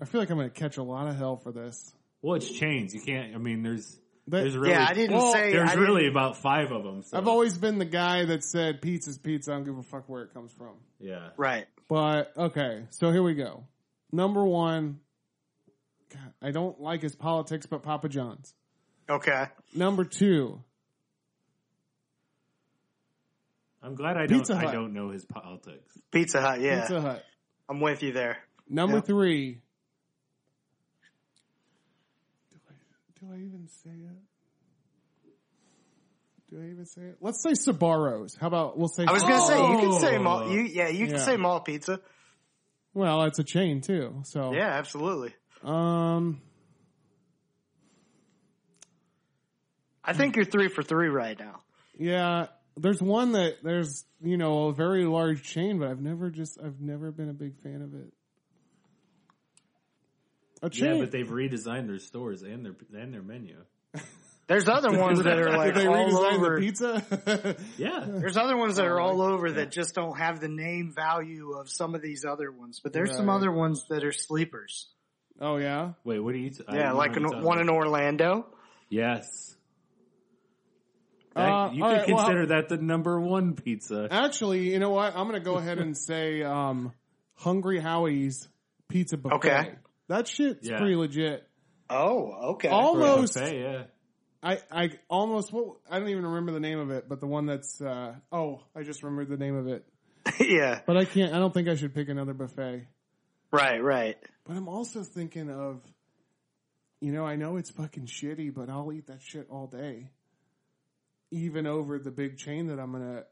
Speaker 4: I feel like I'm going to catch a lot of hell for this.
Speaker 5: well, it's chains. You can't. I mean, there's
Speaker 4: But
Speaker 5: there's really
Speaker 3: yeah, I didn't
Speaker 4: Well,
Speaker 3: say. I
Speaker 5: there's
Speaker 3: didn't-
Speaker 5: really about five of them. So,
Speaker 4: I've always been the guy that said pizza's pizza. I don't give a fuck where it comes from.
Speaker 5: yeah.
Speaker 3: right.
Speaker 4: But okay, so here we go. Number one, God, I don't like his politics, but Papa John's.
Speaker 3: Okay.
Speaker 4: Number two,
Speaker 5: I'm glad I
Speaker 4: Pizza
Speaker 5: don't. I
Speaker 4: Hut.
Speaker 5: don't know his politics.
Speaker 3: Pizza Hut. Yeah,
Speaker 4: Pizza Hut.
Speaker 3: I'm with you there.
Speaker 4: Number
Speaker 3: Yep.
Speaker 4: three. Do I, do I even say it? Do I even say it? Let's say Sabaros. How about we'll say?
Speaker 3: I was gonna say you can say
Speaker 5: Oh.
Speaker 3: mall. You, yeah, you can
Speaker 4: Yeah.
Speaker 3: say mall pizza.
Speaker 4: Well, it's a chain too. So
Speaker 3: Yeah, absolutely.
Speaker 4: Um.
Speaker 3: I think you're three for three right now.
Speaker 4: Yeah. There's one that there's you know a very large chain, but I've never just I've never been a big fan of it. A chain.
Speaker 5: Yeah, but they've redesigned their stores and their and their menu.
Speaker 3: There's other ones that are like
Speaker 4: they
Speaker 3: all
Speaker 4: redesigned
Speaker 3: over.
Speaker 4: the pizza.
Speaker 5: Yeah,
Speaker 3: There's other ones that are
Speaker 4: Oh,
Speaker 3: all over that just don't have the name value of some of these other ones, but there's some
Speaker 4: Right.
Speaker 3: other ones that are sleepers.
Speaker 4: oh yeah.
Speaker 5: Wait, what do you? I
Speaker 3: Yeah,
Speaker 5: don't
Speaker 3: like
Speaker 5: know what you're
Speaker 3: an,
Speaker 5: talking
Speaker 3: one
Speaker 5: about.
Speaker 3: in Orlando.
Speaker 5: Yes. That-
Speaker 4: Uh,
Speaker 5: you
Speaker 4: all
Speaker 5: could
Speaker 4: right, well,
Speaker 5: consider that the number one pizza.
Speaker 4: Actually, you know what? I'm gonna go ahead and say um, Hungry Howie's Pizza Buffet.
Speaker 3: Okay.
Speaker 4: That shit's
Speaker 5: Yeah.
Speaker 4: pretty legit.
Speaker 3: Oh, okay.
Speaker 4: Almost.
Speaker 5: Buffet, yeah.
Speaker 4: I, I almost what I don't even remember the name of it, but the one that's uh, oh I just remembered the name of it.
Speaker 3: yeah.
Speaker 4: But I can't. I don't think I should pick another buffet.
Speaker 3: Right, right.
Speaker 4: But I'm also thinking of, you know, I know it's fucking shitty, but I'll eat that shit all day. Even over the big chain that I'm gonna,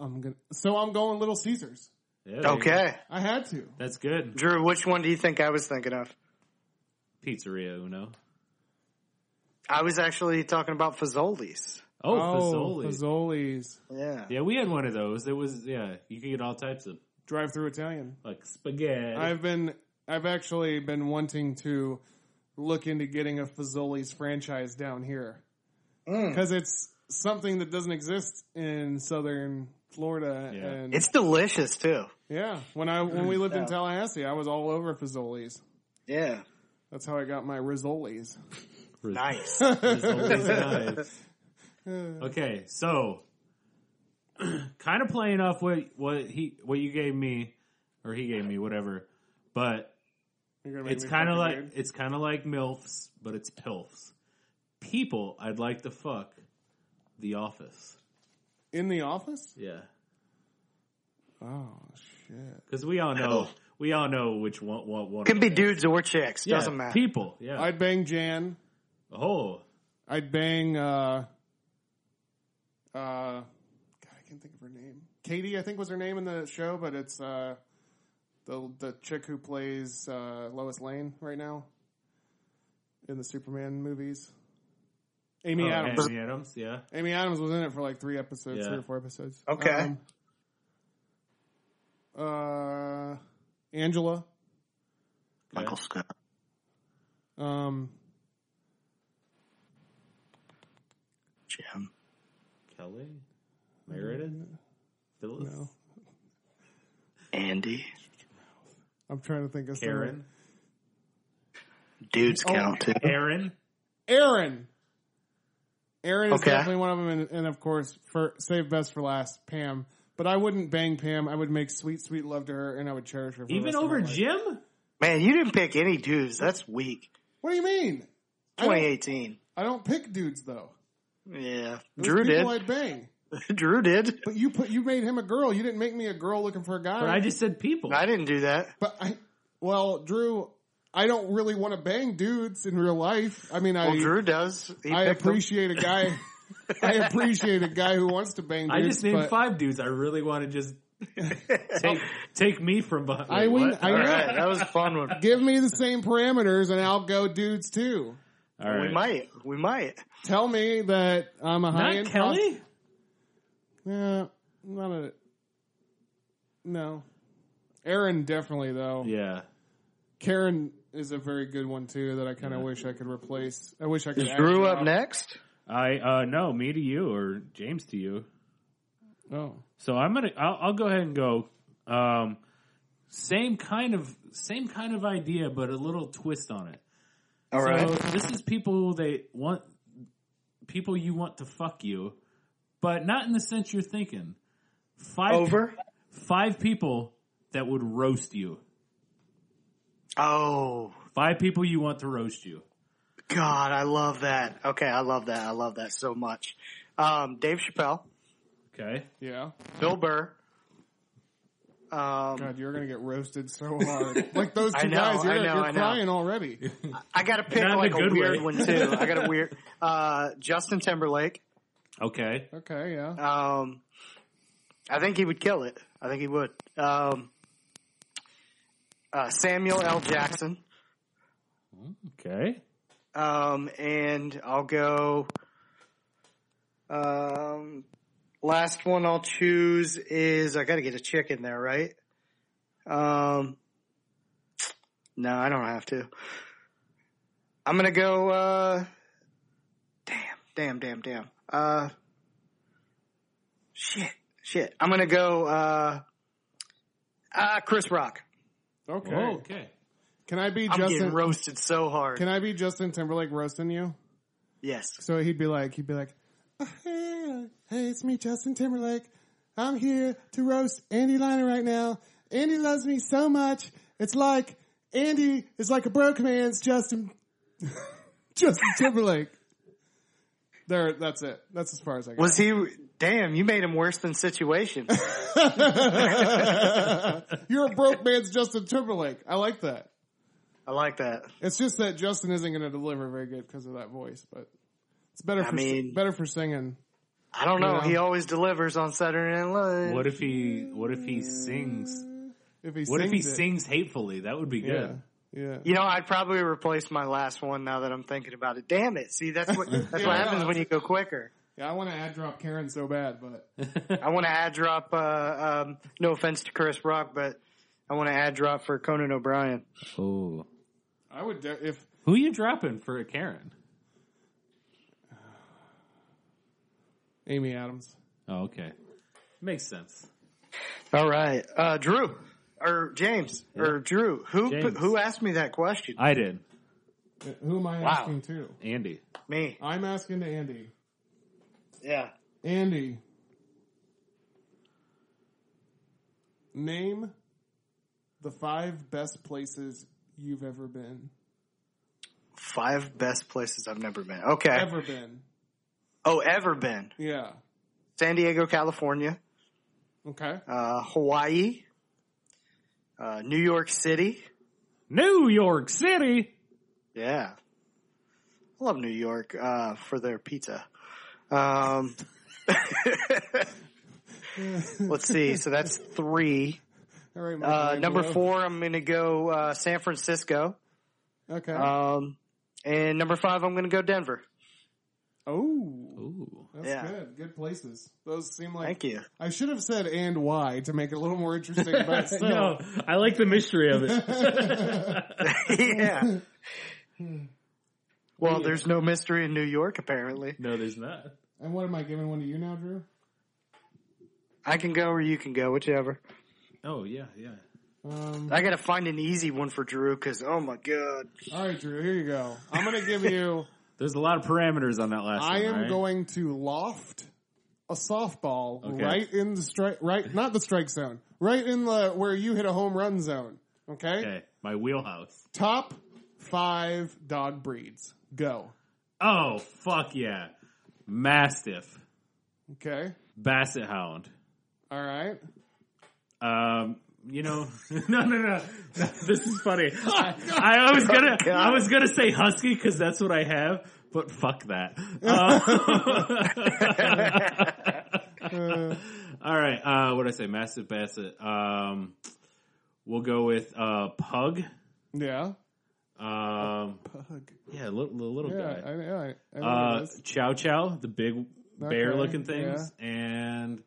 Speaker 4: I'm gonna. So I'm going Little Caesars.
Speaker 5: Yeah, there you go.
Speaker 3: Okay.
Speaker 4: I had to.
Speaker 5: That's good.
Speaker 3: Drew, which one do you think I was thinking of?
Speaker 5: Pizzeria Uno.
Speaker 3: I was actually talking about Fazoli's.
Speaker 5: Oh, Fazoli.
Speaker 4: Fazoli's
Speaker 3: Yeah.
Speaker 5: Yeah, we had one of those. It was yeah, you could get all types of
Speaker 4: drive-through Italian.
Speaker 5: like spaghetti.
Speaker 4: I've been, I've actually been wanting to look into getting a Fazoli's franchise down here because it's something that doesn't exist in Southern Florida.
Speaker 5: Yeah.
Speaker 4: And
Speaker 3: It's delicious too.
Speaker 4: yeah, when I when we lived in Tallahassee, I was all over Fazoli's.
Speaker 3: Yeah.
Speaker 4: That's how I got my Rizzoli's.
Speaker 3: Nice.
Speaker 5: It's always nice. Okay, so kind of playing off what what he what you gave me or he gave me whatever, but
Speaker 4: You're gonna make
Speaker 5: it's
Speaker 4: me
Speaker 5: kind of
Speaker 4: fucking
Speaker 5: like
Speaker 4: weird.
Speaker 5: it's kind of like milfs, but it's pilfs. People I'd like to fuck. The Office.
Speaker 4: in the office.
Speaker 5: Yeah.
Speaker 4: Oh shit!
Speaker 5: Because we all know, we all know which one. one, one
Speaker 3: Can
Speaker 5: of
Speaker 3: be
Speaker 5: them.
Speaker 3: dudes or chicks.
Speaker 5: Yeah,
Speaker 3: Doesn't matter.
Speaker 5: People, yeah.
Speaker 4: I'd bang Jan.
Speaker 5: oh,
Speaker 4: I'd bang. uh uh God, I can't think of her name. Katie, I think was her name in the show, but it's uh the the chick who plays uh Lois Lane right now in the Superman movies. Amy
Speaker 5: oh,
Speaker 4: Adams.
Speaker 5: Amy Adams, yeah.
Speaker 4: Amy Adams was in it for like three episodes,
Speaker 5: Yeah.
Speaker 4: three or four episodes.
Speaker 3: Okay.
Speaker 4: Um, uh, Angela.
Speaker 3: Michael Scott.
Speaker 4: Um,
Speaker 3: Jim.
Speaker 5: Kelly, Meredith, Phyllis,
Speaker 4: No.
Speaker 3: Andy.
Speaker 4: I'm trying to think of someone.
Speaker 5: Karen,
Speaker 3: Dudes count too.
Speaker 5: Oh, Aaron.
Speaker 4: Aaron. Aaron is
Speaker 3: Okay.
Speaker 4: definitely one of them, and, and of course, for save best for last, Pam. But I wouldn't bang Pam. I would make sweet, sweet love to her, and I would cherish her. For the
Speaker 5: Even
Speaker 4: rest of
Speaker 5: over
Speaker 4: my life.
Speaker 5: Jim?
Speaker 3: Man, you didn't pick any dudes. That's weak.
Speaker 4: What do you mean? I don't-
Speaker 3: 2018.
Speaker 4: I don't pick dudes though.
Speaker 3: Yeah.
Speaker 4: Those
Speaker 3: Drew did.
Speaker 4: people I'd bang.
Speaker 3: Drew did.
Speaker 4: But you put you made him a girl. You didn't make me a girl looking for a guy.
Speaker 5: But I just said people.
Speaker 3: I didn't do that.
Speaker 4: But I, well, Drew, I don't really want to bang dudes in real life. I mean,
Speaker 3: Well,
Speaker 4: I,
Speaker 3: Drew does. He
Speaker 4: I
Speaker 3: picked them.
Speaker 4: appreciate a guy. I appreciate a guy who wants to bang dudes.
Speaker 5: I just named
Speaker 4: but
Speaker 5: five dudes. I really want to just take take me from behind.
Speaker 4: I
Speaker 5: Wait,
Speaker 4: win.
Speaker 5: what?
Speaker 4: I
Speaker 3: All
Speaker 4: win.
Speaker 3: right, that was a fun one.
Speaker 4: Give me the same parameters, and I'll go dudes too.
Speaker 5: All right.
Speaker 3: We might. We might.
Speaker 4: Tell me that I'm a high
Speaker 5: Not
Speaker 4: end
Speaker 5: Kelly.
Speaker 4: yeah, not a. No, Aaron definitely though.
Speaker 5: Yeah.
Speaker 4: Karen is a very good one too. That I kind of wish I could replace. I wish I could.
Speaker 3: Is Drew
Speaker 4: actually-
Speaker 3: up next?
Speaker 5: I uh no me to you or James to you.
Speaker 4: Oh,
Speaker 5: So I'm gonna I'll, I'll go ahead and go. Um, same kind of same kind of idea, but a little twist on it.
Speaker 3: All right.
Speaker 5: So this is people who they want people you want to fuck you, but not in the sense you're thinking. Five
Speaker 3: Over.
Speaker 5: five people that would roast you.
Speaker 3: Oh
Speaker 5: Five people you want to roast you.
Speaker 3: God, I love that. Okay, I love that. I love that so much. Um, Dave Chappelle,
Speaker 5: Okay.
Speaker 4: yeah.
Speaker 3: Bill Burr. Um,
Speaker 4: God, you're gonna get roasted so hard. like those
Speaker 3: I
Speaker 4: two
Speaker 3: know,
Speaker 4: guys, you're,
Speaker 3: I know,
Speaker 4: you're
Speaker 3: I know.
Speaker 4: crying already.
Speaker 3: I got to pick
Speaker 5: Not in a
Speaker 3: like a,
Speaker 5: good
Speaker 3: weird
Speaker 5: way.
Speaker 3: one too. I got a weird. Uh, Justin Timberlake.
Speaker 5: Okay.
Speaker 4: Okay, yeah.
Speaker 3: Um, I think he would kill it. I think he would. Um, uh, Samuel L. Jackson.
Speaker 5: Okay.
Speaker 3: Um, and I'll go. Um, last one I'll choose is I got to get a chick in there, right? Um, no, I don't have to. I'm gonna go. Uh, damn, damn, damn, damn. Uh, shit, shit. I'm gonna go. Uh, uh Chris Rock.
Speaker 4: Okay.
Speaker 5: Oh, Okay.
Speaker 4: Can I be
Speaker 3: I'm getting
Speaker 4: Justin?
Speaker 3: roasted so hard.
Speaker 4: can I be Justin Timberlake roasting you?
Speaker 3: yes.
Speaker 4: So he'd be like, he'd be like, "Uh, hey, hey, it's me, Justin Timberlake. I'm here to roast Andy Liner right now. Andy loves me so much. It's like Andy is like a broke man's Justin, Justin Timberlake. There, that's it. That's as far as I got.
Speaker 3: Was he? Damn, you made him worse than situation.
Speaker 4: You're a broke man's Justin Timberlake. I like that.
Speaker 3: I like that.
Speaker 4: It's just that Justin isn't going to deliver very good because of that voice, but it's better.
Speaker 3: I
Speaker 4: for,
Speaker 3: mean-
Speaker 4: better for singing.
Speaker 3: I don't know.
Speaker 4: Yeah.
Speaker 3: He always delivers on Saturday Night Live.
Speaker 5: What if he what if he sings
Speaker 4: If he
Speaker 5: what
Speaker 4: sings
Speaker 5: if he
Speaker 4: it.
Speaker 5: sings hatefully? That would be
Speaker 4: Yeah.
Speaker 5: good.
Speaker 4: Yeah.
Speaker 3: You know, I'd probably replace my last one now that I'm thinking about it. Damn it! See, that's what that's
Speaker 4: Yeah,
Speaker 3: what
Speaker 4: I
Speaker 3: happens
Speaker 4: know.
Speaker 3: when you go quicker.
Speaker 4: Yeah, I want to ad drop Karen so bad, but
Speaker 3: I want to ad drop. Uh, um, no offense to Chris Rock, but I want to ad drop for Conan O'Brien.
Speaker 5: Oh,
Speaker 4: I would de- if
Speaker 5: who you dropping for a Karen?
Speaker 4: Amy Adams.
Speaker 5: Oh, okay, makes sense.
Speaker 3: All right, uh, Drew or James or Drew. Who
Speaker 5: James.
Speaker 3: who asked me that question?
Speaker 5: I did,
Speaker 4: Who am I
Speaker 3: Wow.
Speaker 4: asking to?
Speaker 5: Andy.
Speaker 3: me.
Speaker 4: I'm asking to Andy.
Speaker 3: Yeah.
Speaker 4: Andy. Name the five best places you've ever been.
Speaker 3: Five best places I've never been. Okay.
Speaker 4: Ever been.
Speaker 3: Oh, ever been.
Speaker 4: Yeah.
Speaker 3: San Diego, California,
Speaker 4: Okay.
Speaker 3: uh, Hawaii, uh, New York City.
Speaker 5: New York City.
Speaker 3: Yeah. I love New York uh, for their pizza. Um, let's see. So that's three.
Speaker 4: All right.
Speaker 3: Uh,
Speaker 4: Michelangelo.
Speaker 3: number four, I'm going to go uh, San Francisco.
Speaker 4: Okay.
Speaker 3: Um, and number five, I'm going to go Denver.
Speaker 4: oh,
Speaker 5: Ooh,
Speaker 4: that's
Speaker 3: yeah.
Speaker 4: good. Good places. Those seem like.
Speaker 3: Thank you.
Speaker 4: I should have said and why to make it a little more interesting, but still.
Speaker 5: Uh, no, I like the mystery of it.
Speaker 3: yeah. Hmm. Well, there's no mystery in New York, apparently.
Speaker 5: no, there's not.
Speaker 4: And what am I giving one to you now, Drew?
Speaker 3: I can go or you can go, whichever.
Speaker 5: Oh yeah, yeah.
Speaker 4: Um,
Speaker 3: I gotta find an easy one for Drew, cause oh my god.
Speaker 4: all right, Drew. Here you go. I'm going to give you.
Speaker 5: There's a lot of parameters on that last.
Speaker 4: I
Speaker 5: one,
Speaker 4: am
Speaker 5: right?
Speaker 4: going to loft a softball
Speaker 5: Okay.
Speaker 4: right in the strike, right, not the strike zone, right in the where you hit a home run zone. Okay,
Speaker 5: Okay, my wheelhouse.
Speaker 4: top five dog breeds. Go.
Speaker 5: Oh fuck yeah, Mastiff,
Speaker 4: Okay,
Speaker 5: Basset Hound.
Speaker 4: all right.
Speaker 5: Um, you know, no, no, no, no. This is funny. I, I was gonna, I was gonna say husky because that's what I have, but fuck that. Uh, all right. Uh, what did I say? Massive Basset. Um, we'll go with uh, Pug.
Speaker 4: Yeah,
Speaker 5: Um,
Speaker 4: pug.
Speaker 5: yeah, little, little guy.
Speaker 4: Yeah, I, yeah, I, I know it
Speaker 5: Uh,
Speaker 4: is.
Speaker 5: Chow Chow, the big bear looking
Speaker 4: Okay,
Speaker 5: things, and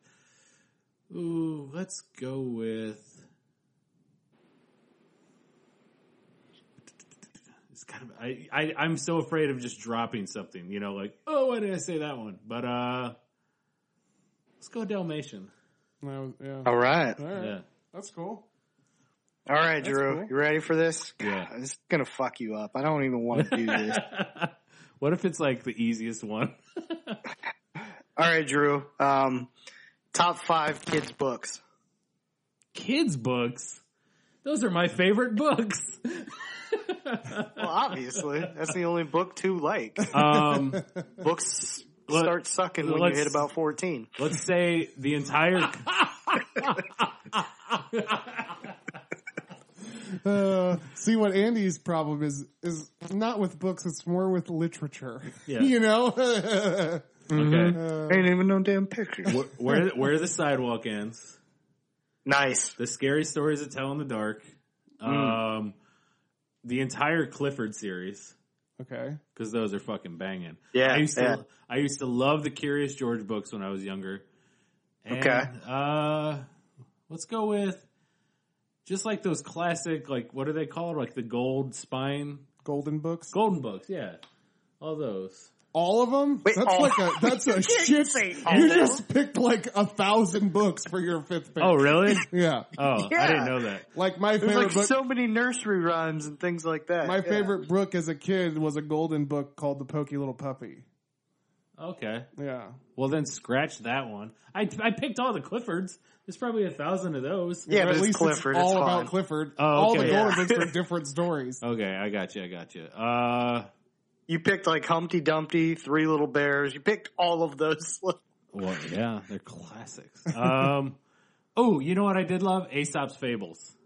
Speaker 5: ooh, let's go with. It's kind of I, I I'm so afraid of just dropping something, you know, like oh, why did I say that one? But uh, let's go Dalmatian.
Speaker 4: No, yeah.
Speaker 3: All right.
Speaker 4: All right,
Speaker 5: Yeah,
Speaker 4: that's cool.
Speaker 3: All right, Drew.
Speaker 4: cool.
Speaker 3: You ready for this?
Speaker 5: Yeah.
Speaker 3: God, this is gonna fuck you up. I don't even want to do this.
Speaker 5: what if it's like the easiest one?
Speaker 3: All right, Drew. Um, top five kids books.
Speaker 5: Kids books. Those are my favorite books.
Speaker 3: Well, obviously, that's the only book to like.
Speaker 5: Um.
Speaker 3: Books
Speaker 5: Look,
Speaker 3: start sucking when
Speaker 5: let's-
Speaker 3: you hit about fourteen.
Speaker 5: Let's say the entire.
Speaker 4: Uh, see what Andy's problem is is not with books; it's more with literature.
Speaker 5: Yeah.
Speaker 4: you know. Mm-hmm. Uh,
Speaker 5: Okay.
Speaker 3: Ain't even no damn picture.
Speaker 5: Where where the sidewalk ends,
Speaker 3: Nice.
Speaker 5: the scary stories that tell in the dark,
Speaker 3: Hmm.
Speaker 5: um, the entire Clifford series
Speaker 4: okay.
Speaker 5: because those are fucking banging.
Speaker 3: Yeah,
Speaker 5: I used to
Speaker 3: yeah.
Speaker 5: I used to love the Curious George books when I was younger. And,
Speaker 3: Okay.
Speaker 5: Uh, let's go with just like those classic, like what are they called? Like the gold spine,
Speaker 4: Golden books.
Speaker 5: golden books. Yeah, all those.
Speaker 4: All of them?
Speaker 3: Wait,
Speaker 4: that's
Speaker 3: all-
Speaker 4: like a that's a shit.
Speaker 3: say all
Speaker 4: You
Speaker 3: of 'em.
Speaker 4: just picked like a thousand books for your fifth pick.
Speaker 5: Oh really?
Speaker 4: yeah.
Speaker 5: Oh, I
Speaker 3: Yeah.
Speaker 5: didn't know that.
Speaker 4: Like my
Speaker 3: There's
Speaker 4: favorite
Speaker 3: like
Speaker 4: book.
Speaker 3: so many nursery rhymes and things like that.
Speaker 4: my
Speaker 3: Yeah.
Speaker 4: favorite book as a kid was a golden book called The Pokey Little Puppy.
Speaker 5: Okay.
Speaker 4: Yeah.
Speaker 5: Well, then scratch that one. I, I picked all the Cliffords. There's probably a thousand of those.
Speaker 3: Yeah,
Speaker 4: Or
Speaker 3: but
Speaker 4: at
Speaker 3: it's
Speaker 4: least
Speaker 3: Clifford,
Speaker 4: It's
Speaker 3: it's
Speaker 4: all
Speaker 3: fine.
Speaker 4: about Clifford.
Speaker 5: Oh,
Speaker 4: All
Speaker 5: okay.
Speaker 4: the
Speaker 3: Yeah.
Speaker 4: golden books are different stories.
Speaker 5: Okay, I got you. I got you. Uh,
Speaker 3: You picked like Humpty Dumpty, Three Little Bears. You picked all of those.
Speaker 5: well, yeah, they're classics. Um, oh, you know what I did love? Aesop's Fables. Uh,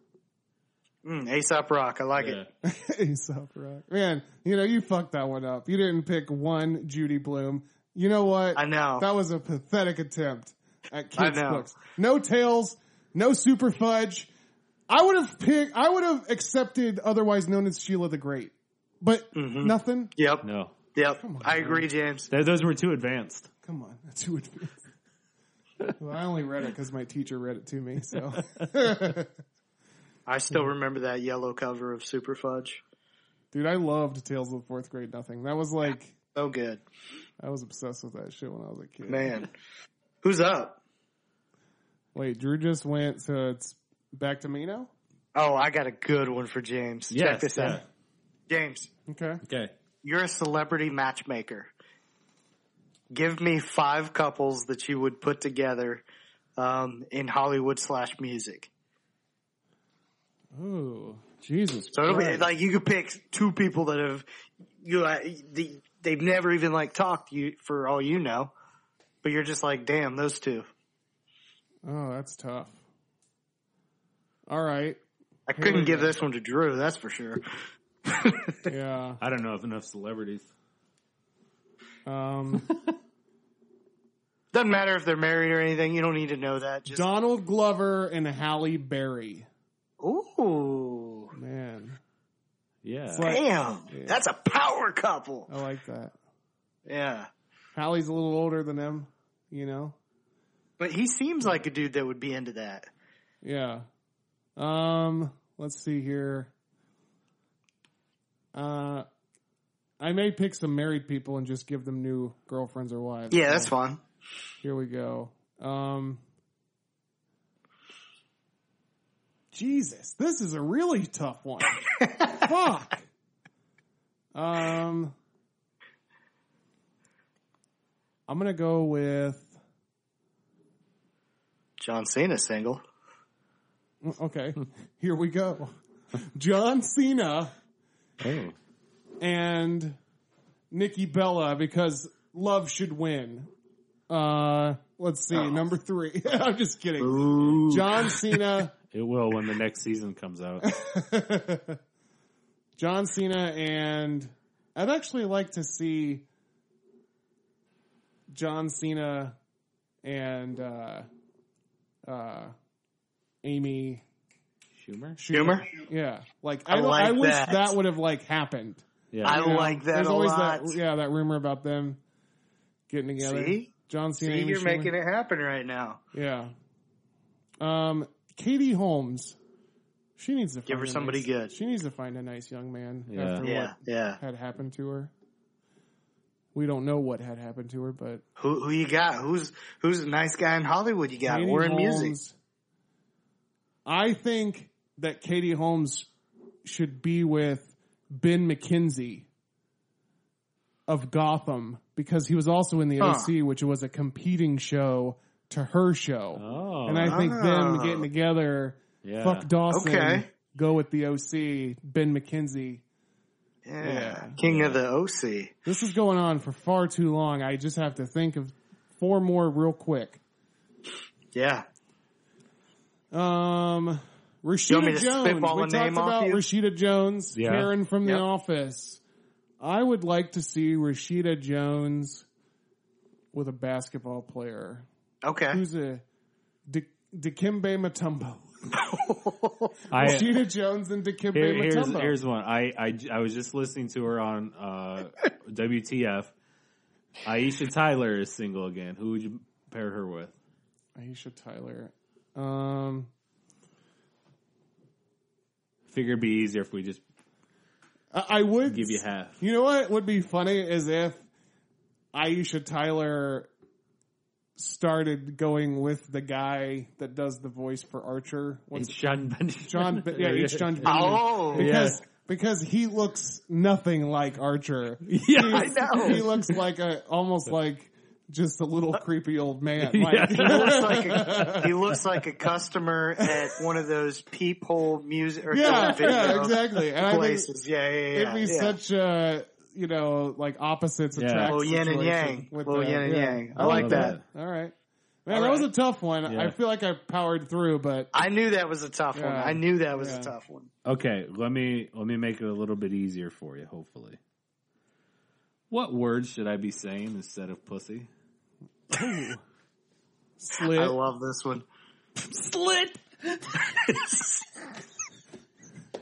Speaker 3: Mm, Aesop Rock. I like
Speaker 5: Yeah.
Speaker 3: it.
Speaker 4: Aesop Rock. Man, you know, you fucked that one up. You didn't pick one Judy Bloom. You know what?
Speaker 3: I know.
Speaker 4: That was a pathetic attempt at
Speaker 3: I
Speaker 4: kids'
Speaker 3: know.
Speaker 4: books. No tails, no super fudge, I would have picked. I would have accepted otherwise known as Sheila the Great, but
Speaker 3: Mm-hmm.
Speaker 4: nothing.
Speaker 3: Yep.
Speaker 5: No,
Speaker 3: Yep. I agree, James.
Speaker 5: Th- those were too advanced.
Speaker 4: Come on, that's who it is. well, I only read it because my teacher read it to me. So
Speaker 3: I still remember that yellow cover of Super Fudge.
Speaker 4: Dude, I loved Tales of the Fourth Grade Nothing. That was like
Speaker 3: So good.
Speaker 4: I was obsessed with that shit when I was a kid.
Speaker 3: Man. Who's up?
Speaker 4: Wait, Drew just went, so it's back to me now.
Speaker 3: Oh, I got a good one for James. Check
Speaker 5: Yes,
Speaker 3: this
Speaker 5: yeah.
Speaker 3: out. James,
Speaker 4: Okay,
Speaker 5: Okay.
Speaker 3: you're a celebrity matchmaker. Give me five couples that you would put together um, in Hollywood slash music.
Speaker 4: ooh, Jesus,
Speaker 3: So it'll be,
Speaker 4: Christ.
Speaker 3: like you could pick two people that have you uh, the, they've never even like talked you for all you know, but you're just like, damn, those two.
Speaker 4: oh, that's tough. All right,
Speaker 3: I couldn't give this one to Drew, that's for sure.
Speaker 4: yeah.
Speaker 5: I don't know if enough celebrities.
Speaker 4: Um,
Speaker 3: Doesn't matter if they're married or anything. You don't need to know that. Just
Speaker 4: Donald Glover and Halle Berry.
Speaker 3: ooh,
Speaker 4: Man,
Speaker 5: Yeah.
Speaker 4: like-
Speaker 3: damn, that's a power couple.
Speaker 4: I like that.
Speaker 3: Yeah,
Speaker 4: Halle's a little older than him, you know.
Speaker 3: but he seems like a dude that would be into that.
Speaker 4: Yeah. Um, let's see here. Uh, I may pick some married people and just give them new girlfriends or wives.
Speaker 3: Yeah, that's fun.
Speaker 4: Here we go. Um, Jesus, this is a really tough one. Fuck. Um, I'm gonna go with
Speaker 3: John Cena's single.
Speaker 4: okay. Here we go. John Cena
Speaker 5: Oh.
Speaker 4: and Nikki Bella because love should win. Uh, let's see, number three. I'm just kidding. John Cena,
Speaker 5: It will when the next season comes out.
Speaker 4: John Cena, and I'd actually like to see John Cena and uh, uh, Amy
Speaker 5: Schumer?
Speaker 4: Schumer. Yeah, like I,
Speaker 3: I like
Speaker 4: I wish
Speaker 3: that.
Speaker 4: that would have like happened.
Speaker 5: Yeah.
Speaker 3: I
Speaker 4: You know,
Speaker 3: like that
Speaker 4: There's
Speaker 3: a
Speaker 4: always
Speaker 3: lot.
Speaker 4: that yeah that rumor about them getting together.
Speaker 3: See?
Speaker 4: John Cena.
Speaker 3: See,
Speaker 4: Amy
Speaker 3: you're
Speaker 4: Schumer.
Speaker 3: making it happen right now.
Speaker 4: Yeah. Um, Katie Holmes. She needs to
Speaker 3: Give
Speaker 4: find
Speaker 3: her
Speaker 4: a
Speaker 3: somebody
Speaker 4: nice-
Speaker 3: good.
Speaker 4: She needs to find a nice young man
Speaker 5: Yeah.
Speaker 4: after
Speaker 3: Yeah,
Speaker 4: what
Speaker 3: yeah.
Speaker 4: had happened to her. We don't know what had happened to her, but
Speaker 3: Who who you got? Who's who's a nice guy in Hollywood? You got
Speaker 4: Katie
Speaker 3: or in music?
Speaker 4: Holmes- I think that Katie Holmes should be with Ben McKenzie of Gotham because he was also in the
Speaker 3: Huh.
Speaker 4: OC, which was a competing show to her show.
Speaker 5: Oh.
Speaker 4: And I think them
Speaker 3: Oh.
Speaker 4: getting together,
Speaker 5: yeah.
Speaker 4: fuck Dawson,
Speaker 3: Okay.
Speaker 4: go with the OC, Ben McKenzie.
Speaker 3: Yeah,
Speaker 4: Yeah.
Speaker 3: King of the OC.
Speaker 4: This is going on for far too long. I just have to think of four more real quick.
Speaker 3: Yeah,
Speaker 4: Um, Rashida
Speaker 3: want me to
Speaker 4: Jones. We
Speaker 3: spitball a
Speaker 4: talked
Speaker 3: name off
Speaker 4: about
Speaker 3: you?
Speaker 4: Rashida Jones,
Speaker 5: Yeah.
Speaker 4: Karen from The
Speaker 3: Yep.
Speaker 4: Office. I would like to see Rashida Jones with a basketball player
Speaker 3: okay.
Speaker 4: who's a D- Dikembe Mutombo.
Speaker 5: I-
Speaker 4: Rashida Jones and Dikembe
Speaker 5: Here- here's,
Speaker 4: Mutombo.
Speaker 5: here's one. I, I j- I was just listening to her on uh, WTF. Aisha Tyler is single again. Who would you pair her with?
Speaker 4: Aisha Tyler. Um,
Speaker 5: Figure it'd be easier if we just
Speaker 4: I, I would
Speaker 5: give you half.
Speaker 4: You know what would be funny is if Aisha Tyler started going with the guy that does the voice for Archer. What's
Speaker 5: It's Sean Benjamin.
Speaker 4: John? Ben- yeah, it's John. Benjamin.
Speaker 3: Oh,
Speaker 4: because because he looks nothing like Archer.
Speaker 5: Yeah, I
Speaker 4: He's-
Speaker 3: know.
Speaker 4: He looks like a almost like just a little creepy old man. Like,
Speaker 3: Uh, he looks like a, he looks like a customer at one of those peephole music or
Speaker 4: yeah,
Speaker 3: video
Speaker 4: yeah, exactly. And I think
Speaker 3: places. yeah, yeah, yeah.
Speaker 4: it'd be
Speaker 3: yeah.
Speaker 4: such a you know like opposites
Speaker 5: Yeah.
Speaker 4: attract.
Speaker 3: Little yin and
Speaker 4: situation
Speaker 3: yang.
Speaker 4: with
Speaker 3: Little
Speaker 4: the-
Speaker 3: yin and
Speaker 4: yeah.
Speaker 3: yang. I
Speaker 4: Oh,
Speaker 3: like
Speaker 5: love
Speaker 3: that.
Speaker 4: All right. Man,
Speaker 3: All
Speaker 4: that was
Speaker 3: right.
Speaker 4: a tough one.
Speaker 5: Yeah.
Speaker 4: I feel like I powered through, but
Speaker 3: I knew that was a tough one.
Speaker 4: Yeah.
Speaker 3: I knew that was
Speaker 4: Yeah.
Speaker 3: a tough one.
Speaker 5: Okay, let me let me make it a little bit easier for you. Hopefully, what words should I be saying instead of pussy?
Speaker 4: slit.
Speaker 3: I love this one. Slit.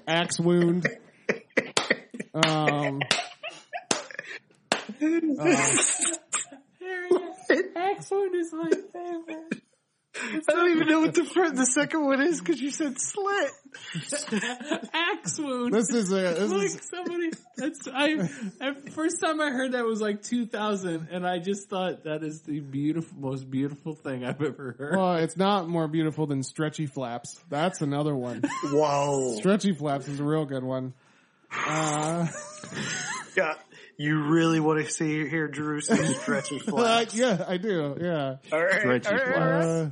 Speaker 4: axe wound. Um,
Speaker 3: I don't even know what the first, the second one is because you said slit.
Speaker 6: Axe wound.
Speaker 4: this is a this
Speaker 6: like
Speaker 4: is
Speaker 6: somebody that's I, I first time I heard that was like 2000 and I just thought that is the beautiful most beautiful thing I've ever heard.
Speaker 4: well, it's not more beautiful than stretchy flaps. That's another one.
Speaker 3: Whoa.
Speaker 4: Stretchy flaps is a real good one. Uh,
Speaker 3: Yeah. You really want to see hear Drew say stretchy flaps.
Speaker 4: yeah, I do. Yeah.
Speaker 3: All right.
Speaker 5: Stretchy
Speaker 3: all right, all right.
Speaker 5: flaps.
Speaker 4: Uh,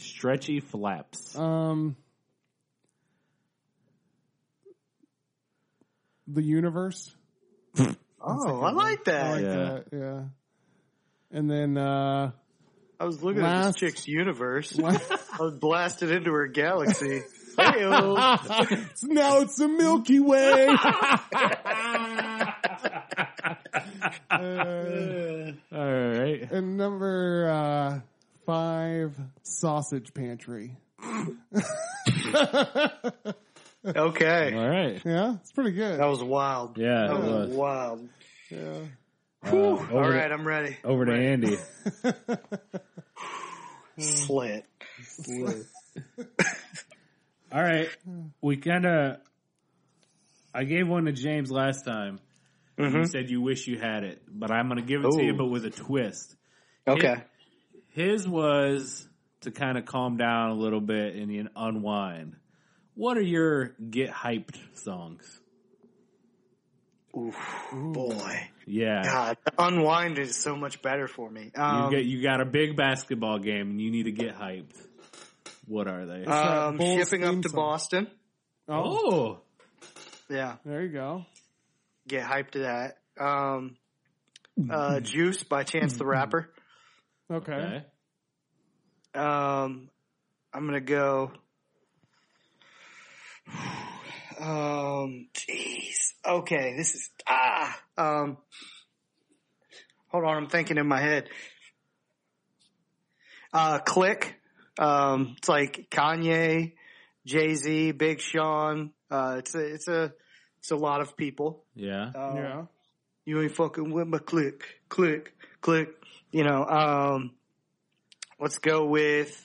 Speaker 5: Stretchy flaps.
Speaker 4: um, the universe.
Speaker 3: Oh, I like
Speaker 4: I
Speaker 3: that.
Speaker 4: like
Speaker 5: Yeah.
Speaker 4: that. Yeah. And then uh,
Speaker 3: I was looking
Speaker 4: Last-
Speaker 3: at this chick's universe.
Speaker 4: one-
Speaker 3: I was blasted into her galaxy. Hey,
Speaker 4: now it's the Milky Way. Uh,
Speaker 5: All right.
Speaker 4: and number uh, five, sausage pantry.
Speaker 3: okay.
Speaker 5: All right.
Speaker 4: Yeah, it's pretty good.
Speaker 3: That was wild.
Speaker 5: Yeah, it
Speaker 3: That was
Speaker 5: was.
Speaker 3: wild.
Speaker 4: Yeah.
Speaker 5: Uh, over
Speaker 3: Oh, All
Speaker 5: to-
Speaker 3: right, I'm ready.
Speaker 5: over to Andy.
Speaker 3: Slit.
Speaker 5: All right,
Speaker 3: Hmm.
Speaker 5: we kind of. I gave one to James last time. You said you wish you had it, but I'm going to give it to you,
Speaker 3: Mm-hmm. Ooh.
Speaker 5: but with a twist.
Speaker 3: Okay.
Speaker 5: His was to kind of calm down a little bit and you know, unwind. What are your get hyped songs?
Speaker 3: Boy.
Speaker 5: Yeah,
Speaker 3: God, unwind is so much better for me. Um,
Speaker 5: you get you got a big basketball game and you need to get hyped. What are they?
Speaker 3: um,
Speaker 4: Bulls
Speaker 3: shipping up
Speaker 4: theme
Speaker 3: to
Speaker 4: song.
Speaker 3: Boston.
Speaker 4: Oh,
Speaker 5: oh,
Speaker 3: Yeah.
Speaker 4: there you go.
Speaker 3: Get hyped to that. Um,
Speaker 5: Mm-hmm.
Speaker 3: uh, Juice by Chance the Rapper.
Speaker 4: Okay.
Speaker 5: okay.
Speaker 3: Um, I'm gonna go. Um, jeez. Okay, this is ah. Um, hold on, I'm thinking in my head. Uh, click. Um, it's like Kanye, Jay Z, Big Sean. Uh, it's a, it's a, it's a lot of people.
Speaker 5: yeah.
Speaker 3: Um,
Speaker 4: Yeah.
Speaker 3: you ain't fucking with my click, click, click. You know, um, let's go with.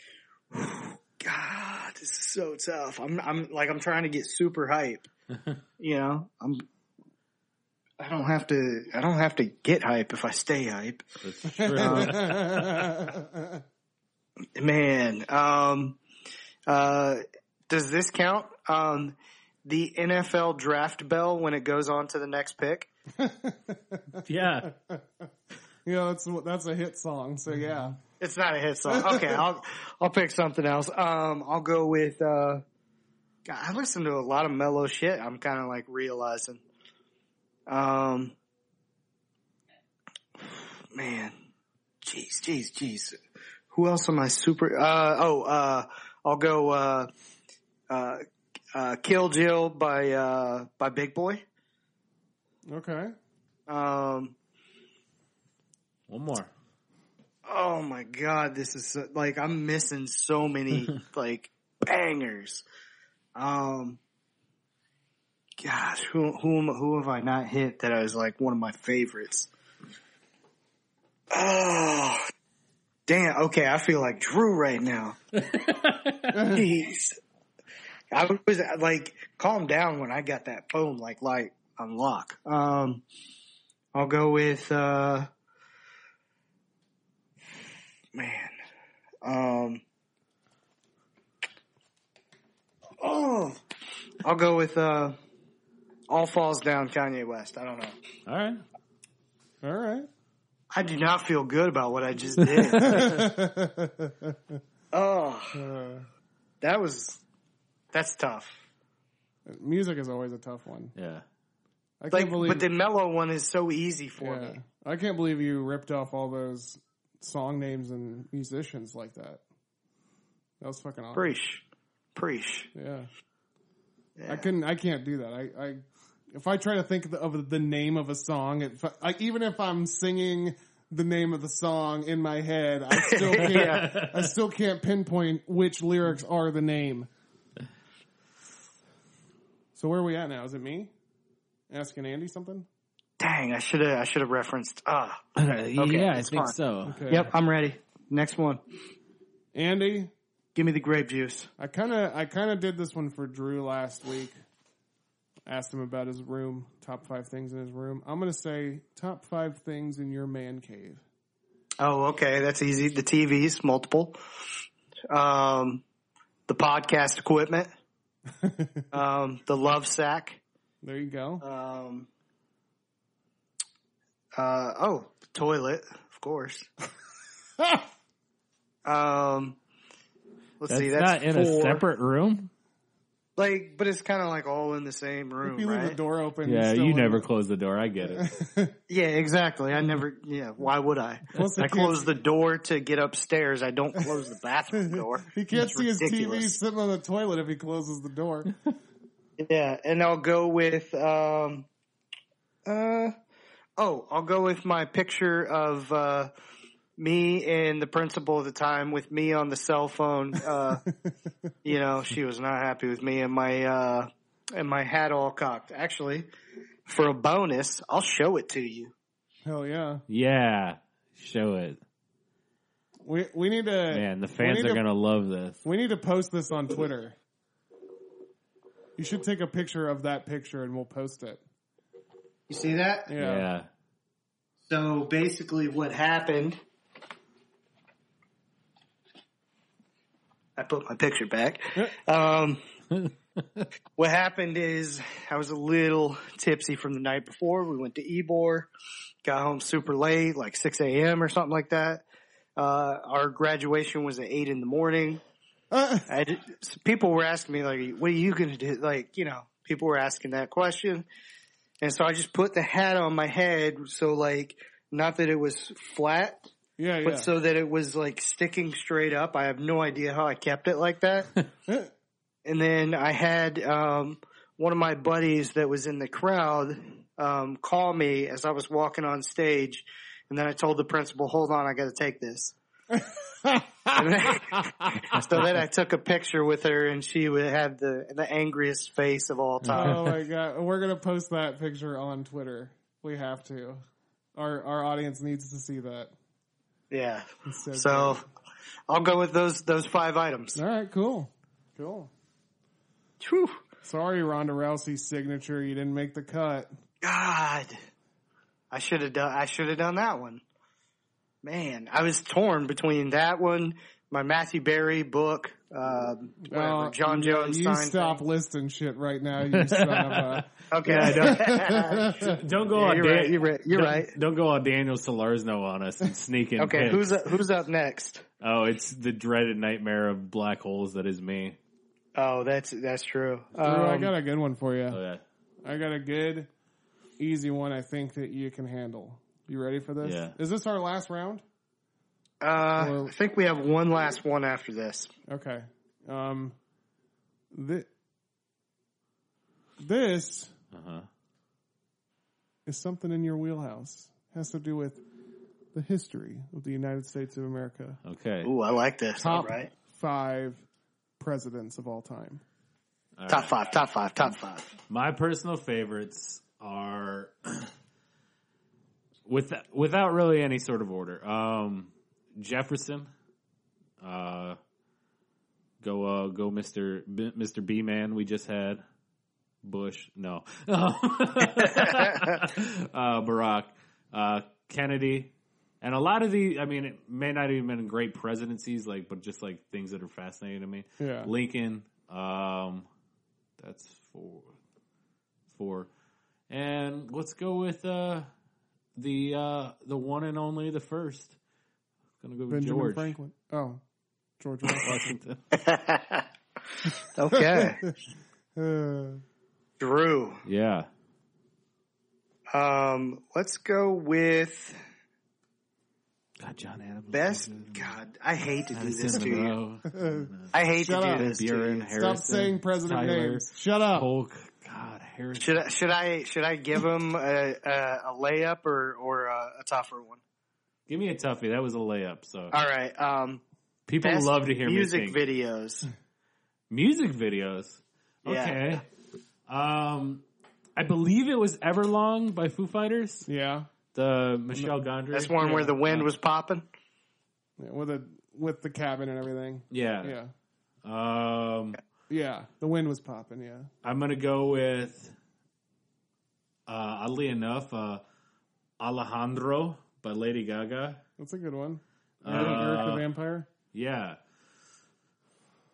Speaker 3: God, this is so tough. I'm, I'm like, I'm trying to get super hype. you know, I'm. I don't have to. I don't have to get hype if I stay hype,
Speaker 5: That's true.
Speaker 3: man. Um, uh, does this count? Um, the NFL draft bell when it goes on to the next pick.
Speaker 5: yeah.
Speaker 4: yeah, that's that's a hit song. So yeah.
Speaker 3: It's not a hit song. Okay, I'll I'll pick something else. Um, I'll go with. Uh, God, I listen to a lot of mellow shit. I'm kind of like realizing. Um, man, jeez, jeez, jeez. Who else am I super? Uh, oh, uh, I'll go. Uh, uh, uh, Kill Jill by uh, by Big Boy.
Speaker 4: Okay.
Speaker 3: Um,
Speaker 5: One more.
Speaker 3: Oh my god, this is so, like I'm missing so many like bangers. Um, gosh, who who am- who have I not hit that is like one of my favorites? Oh, damn. Okay, I feel like Drew right now. Jeez, I was like, calm down when I got that phone like light unlock. Um, I'll go with. uh man. Um, oh, I'll go with uh, "All Falls Down" Kanye West. I don't know.
Speaker 5: All right.
Speaker 4: All right.
Speaker 3: I do not feel good about what I just did. oh,
Speaker 4: Uh,
Speaker 3: that was that's tough.
Speaker 4: music is always a tough one.
Speaker 5: Yeah.
Speaker 4: I can't
Speaker 3: Like,
Speaker 4: believe.
Speaker 3: but the mellow one is so easy for
Speaker 4: yeah.
Speaker 3: me.
Speaker 4: I can't believe you ripped off all those song names and musicians like that. That was fucking awesome.
Speaker 3: Preach, preach.
Speaker 4: Yeah. I couldn't. I can't do that. I, I if I try to think of the, of the name of a song, it, fu- I, even if I'm singing the name of the song in my head. I still can't. I still can't pinpoint which lyrics are the name. So where are we at now? Is it me asking Andy something?
Speaker 3: Dang, I should have I should have referenced. Ah,
Speaker 5: yeah, I
Speaker 3: it's
Speaker 5: think
Speaker 3: fine.
Speaker 5: so.
Speaker 4: Okay.
Speaker 3: yep, I'm ready. Next one.
Speaker 4: Andy,
Speaker 3: Give me the grape juice.
Speaker 4: I kind of I kind of did this one for Drew last week. Asked him about his room, top five things in his room. I'm gonna say top five things in your man cave.
Speaker 3: Oh, okay, that's easy. The TVs, multiple. Um, the podcast equipment. um, the love sack.
Speaker 4: There you go.
Speaker 3: Um, uh, oh, the toilet, of course. um, let's
Speaker 5: That's,
Speaker 3: see,
Speaker 5: not
Speaker 3: that's
Speaker 5: in a
Speaker 3: four.
Speaker 5: separate room.
Speaker 3: like, but it's kind of like all in the same room,
Speaker 4: If you leave the
Speaker 3: right?
Speaker 4: door open,
Speaker 5: Yeah,
Speaker 4: still
Speaker 5: you
Speaker 4: in-
Speaker 5: never close the door. I get it.
Speaker 3: Yeah, exactly. I never. Yeah, why would I?
Speaker 4: Plus
Speaker 3: I
Speaker 4: the kids-
Speaker 3: close the door to get upstairs. I don't close the bathroom door.
Speaker 4: He can't
Speaker 3: It's
Speaker 4: see his TV
Speaker 3: ridiculous.
Speaker 4: sitting on the toilet if he closes the door.
Speaker 3: Yeah, and I'll go with um, uh, oh, I'll go with my picture of uh, me and the principal at the time with me on the cell phone. Uh, you know, she was not happy with me and my uh, and my hat all cocked. Actually, for a bonus, I'll show it to you.
Speaker 4: Hell yeah.
Speaker 5: yeah, show it,
Speaker 4: We we need to
Speaker 5: man. The fans
Speaker 4: need
Speaker 5: are
Speaker 4: to-
Speaker 5: gonna love this.
Speaker 4: we need to post this on Twitter. You should take a picture of that picture and we'll post it.
Speaker 3: You see that?
Speaker 4: Yeah.
Speaker 5: Yeah,
Speaker 3: So basically, what happened? I put my picture back. Um, what happened is I was a little tipsy from the night before. We went to Ebor, got home super late, like 6 a.m. or something like that. Uh, our graduation was at 8 in the morning.
Speaker 4: Uh,
Speaker 3: I did, so people were asking me like, "What are you going to do?" Like, you know, people were asking that question, and so I just put the hat on my head, so like, not that it was flat,
Speaker 4: yeah, yeah.
Speaker 3: but so that it was like sticking straight up. I have no idea how I kept it like that. and then I had um, one of my buddies that was in the crowd um, call me as I was walking on stage, and then I told the principal, "Hold on, I got to take this." And then- so then I took a picture with her, and she would have the the angriest face of all time.
Speaker 4: oh my god. We're gonna post that picture on Twitter. We have to. Our our audience needs to see that.
Speaker 3: Yeah.
Speaker 4: It's so
Speaker 3: So I'll go with those those five items.
Speaker 4: good. all right, cool. Cool.
Speaker 3: Whew.
Speaker 4: Sorry, Ronda Rousey signature, you didn't make the cut.
Speaker 3: God, I should have done. I should have done that one. Man, I was torn between that one, my Matthew Berry book, um, whatever,
Speaker 4: Oh,
Speaker 3: John
Speaker 4: yeah,
Speaker 3: Jones.
Speaker 4: You
Speaker 3: sign
Speaker 4: stop
Speaker 3: thing.
Speaker 4: listing shit right now, you son of
Speaker 3: Okay, I don't.
Speaker 5: don't go
Speaker 3: Yeah,
Speaker 5: on.
Speaker 3: you're
Speaker 5: Dan-
Speaker 3: right. You're right. You're
Speaker 5: don't,
Speaker 3: right.
Speaker 5: Don't go on Daniel Solarzno on us and sneak in.
Speaker 3: Okay,
Speaker 5: picks.
Speaker 3: who's up, who's up next?
Speaker 5: Oh, it's the dreaded nightmare of black holes that is me.
Speaker 3: Oh, that's that's true.
Speaker 4: a. Drew, I
Speaker 3: Um,
Speaker 4: got a good one for you.
Speaker 5: Oh, yeah.
Speaker 4: I got a good, easy one I think that you can handle. You ready for this?
Speaker 5: Yeah.
Speaker 4: Is this our last round?
Speaker 3: Uh,
Speaker 4: Well-
Speaker 3: I think we have one last one after this.
Speaker 4: Okay. Um, thi- this
Speaker 5: Uh-huh.
Speaker 4: is something in your wheelhouse. has to do with the history of the United States of America.
Speaker 5: Okay.
Speaker 3: Ooh, I like this. All
Speaker 4: Top
Speaker 3: right.
Speaker 4: five presidents of all time.
Speaker 5: All
Speaker 3: Top
Speaker 5: right.
Speaker 3: five, top five, top five.
Speaker 5: My personal favorites are with without really any sort of order. Um, Jefferson, uh, go uh, go, Mister B, Mister B man. We just had Bush. No, uh, Barack, uh, Kennedy, and a lot of the. I mean, it may not even been great presidencies, like, but just like things that are fascinating to me.
Speaker 4: Yeah.
Speaker 5: Lincoln. Um, that's four. Four. And let's go with uh, the uh, the one and only the first. Gonna go with
Speaker 4: Benjamin
Speaker 5: George
Speaker 4: Franklin. Oh, George Washington.
Speaker 5: Washington.
Speaker 3: Okay.
Speaker 4: Uh,
Speaker 3: Drew.
Speaker 5: yeah.
Speaker 3: Um, let's go with
Speaker 5: God, John Adams.
Speaker 3: best. God, I hate to do this
Speaker 5: Madison
Speaker 3: to you.
Speaker 5: Monroe,
Speaker 3: I hate to
Speaker 4: Shut up.
Speaker 3: do this to
Speaker 5: Buren,
Speaker 3: you.
Speaker 5: Harrison,
Speaker 4: stop saying president
Speaker 5: Tyler,
Speaker 4: names. Shut up.
Speaker 5: Polk. God, Harrison.
Speaker 3: Should I, should I should I give him a, a, a layup or or a, a tougher one?
Speaker 5: Give me a toughie. That was a layup. So
Speaker 3: All right. Um,
Speaker 5: people
Speaker 3: best
Speaker 5: love to hear
Speaker 3: music
Speaker 5: me sing.
Speaker 3: videos.
Speaker 5: music videos.
Speaker 3: Yeah.
Speaker 5: Okay. Um, I believe it was Everlong by Foo Fighters.
Speaker 4: Yeah.
Speaker 5: The Michelle Gondry.
Speaker 3: That's one where the wind was popping.
Speaker 4: Yeah, With a with the cabin and everything.
Speaker 5: Yeah.
Speaker 4: Yeah.
Speaker 5: Um,
Speaker 4: Yeah. The wind was popping, yeah.
Speaker 5: I'm gonna go with. Uh, oddly enough, uh, Alejandro by Lady Gaga.
Speaker 4: That's a good one.
Speaker 5: Uh,
Speaker 4: Eric the Vampire.
Speaker 5: Yeah.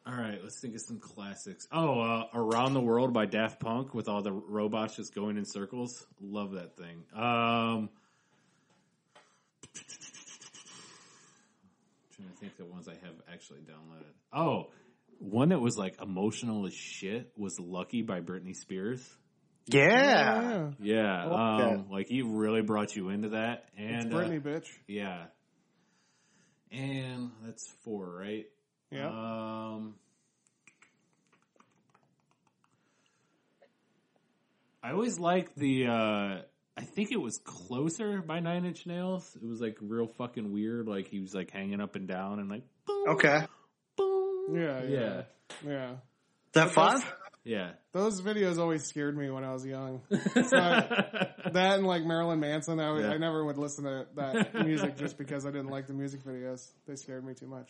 Speaker 5: All right, let's think of some classics. Oh, uh, Around the World by Daft Punk with all the robots just going in circles. Love that thing. Um, trying to think of the ones I have actually downloaded. Oh, one that was like emotional as shit was Lucky by Britney Spears.
Speaker 3: Yeah.
Speaker 5: Yeah,
Speaker 3: Okay.
Speaker 5: um, like he really brought you into that.
Speaker 4: It's
Speaker 5: And uh,
Speaker 4: Britney, bitch.
Speaker 5: yeah. And that's four, right?
Speaker 4: Yeah.
Speaker 5: Um, I always like the. Uh, I think it was closer by Nine Inch Nails. It was like real fucking weird. Like he was like hanging up and down and like boom,
Speaker 3: Okay.
Speaker 5: boom.
Speaker 4: yeah, yeah.
Speaker 5: yeah,
Speaker 4: Yeah.
Speaker 3: That fun?
Speaker 5: yeah.
Speaker 4: Those videos always scared me when I was young. It's not- that and like Marilyn Manson, I, would-
Speaker 5: Yeah.
Speaker 4: I never would listen to that music just because I didn't like the music videos. They scared me too much.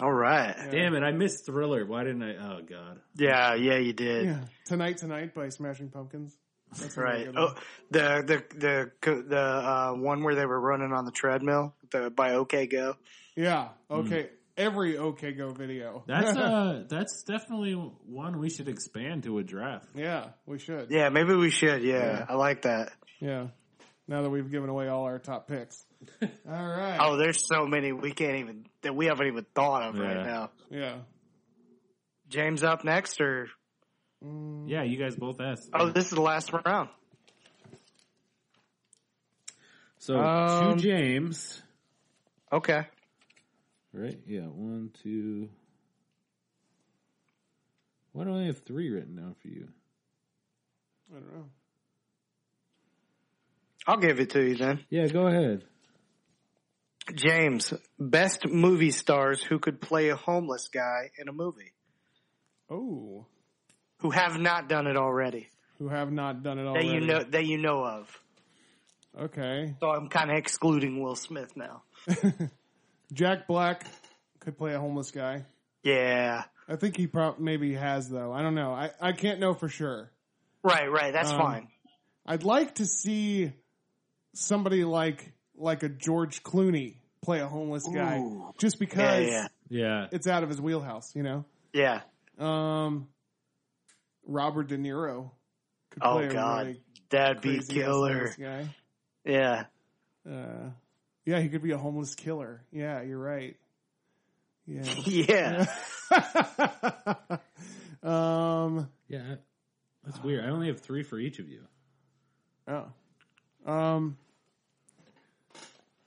Speaker 3: All right.
Speaker 5: Damn it! I missed Thriller. Why didn't I? Oh God.
Speaker 3: Yeah. Yeah, you did.
Speaker 4: Yeah. Tonight, Tonight by Smashing Pumpkins. That's a really
Speaker 3: Right.
Speaker 4: good one.
Speaker 3: Oh, the the the co- the uh, one where they were running on the treadmill the, by OK Go.
Speaker 4: Yeah.
Speaker 3: Hmm.
Speaker 4: Okay. Every OK Go video.
Speaker 5: That's uh that's definitely one we should expand to a draft.
Speaker 4: yeah, we should. Yeah.
Speaker 3: Yeah, maybe we should. Yeah, I like that.
Speaker 4: Now that we've given away all our top picks. all right.
Speaker 3: Oh, there's so many we can't even that we haven't even thought of
Speaker 5: Yeah.
Speaker 3: right now.
Speaker 4: Yeah.
Speaker 3: James up next, or
Speaker 5: Yeah, you guys both asked.
Speaker 3: oh, this is the last round.
Speaker 5: So
Speaker 3: Um,
Speaker 5: two James,
Speaker 3: Okay.
Speaker 5: right? Yeah, one, two. Why do I have three written down for you?
Speaker 4: I don't know.
Speaker 3: I'll give it to you then.
Speaker 5: Yeah, go ahead.
Speaker 3: James, best movie stars who could play a homeless guy in a movie
Speaker 4: Oh,
Speaker 3: who have not done it already,
Speaker 4: who have not done it
Speaker 3: that
Speaker 4: already?
Speaker 3: you know that you know of.
Speaker 4: Okay.
Speaker 3: So I'm kind of excluding Will Smith now.
Speaker 4: Jack Black could play a homeless guy.
Speaker 3: Yeah.
Speaker 4: I think he prob maybe has though. I don't know. I, I can't know for sure.
Speaker 3: Right. Right. That's
Speaker 4: Um,
Speaker 3: fine.
Speaker 4: I'd like to see somebody like like a George Clooney play a homeless guy
Speaker 3: Ooh.
Speaker 4: just
Speaker 3: Yeah.
Speaker 4: because
Speaker 3: Yeah.
Speaker 5: Yeah,
Speaker 4: it's out of his wheelhouse, you know.
Speaker 3: Yeah.
Speaker 4: Um, Robert De Niro could
Speaker 3: Oh,
Speaker 4: play
Speaker 3: God.
Speaker 4: a really
Speaker 3: That'd be
Speaker 4: crazy-ass
Speaker 3: killer.
Speaker 4: homeless guy.
Speaker 3: Yeah.
Speaker 4: Uh, yeah, he could be a homeless killer. Yeah, you're right. Yeah.
Speaker 3: Yeah.
Speaker 4: um.
Speaker 5: yeah. That's weird. I only have three for each of you.
Speaker 4: Oh. Um.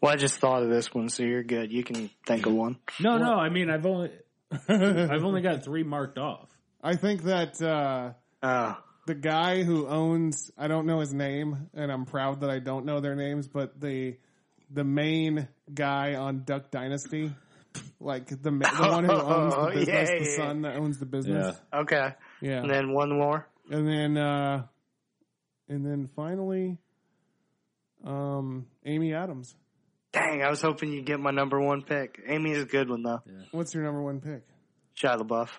Speaker 3: Well, I just thought of this one, so you're good. You can think of one.
Speaker 5: No, no. I mean, I've only I've only got three marked off.
Speaker 4: I think that uh,
Speaker 3: Uh,
Speaker 4: the guy who owns I don't know his name, and I'm proud that I don't know their names, but the the main guy on Duck Dynasty, like the ma- the one who owns the
Speaker 3: Oh,
Speaker 4: business,
Speaker 3: yeah,
Speaker 4: the
Speaker 3: yeah.
Speaker 4: son that owns the business.
Speaker 3: okay.
Speaker 4: Yeah.
Speaker 3: And then one more.
Speaker 4: And then uh and then finally um Amy Adams.
Speaker 3: Dang, I was hoping you'd get my number one pick. Amy's a good one, though.
Speaker 4: What's your number one pick?
Speaker 3: Shia LaBeouf.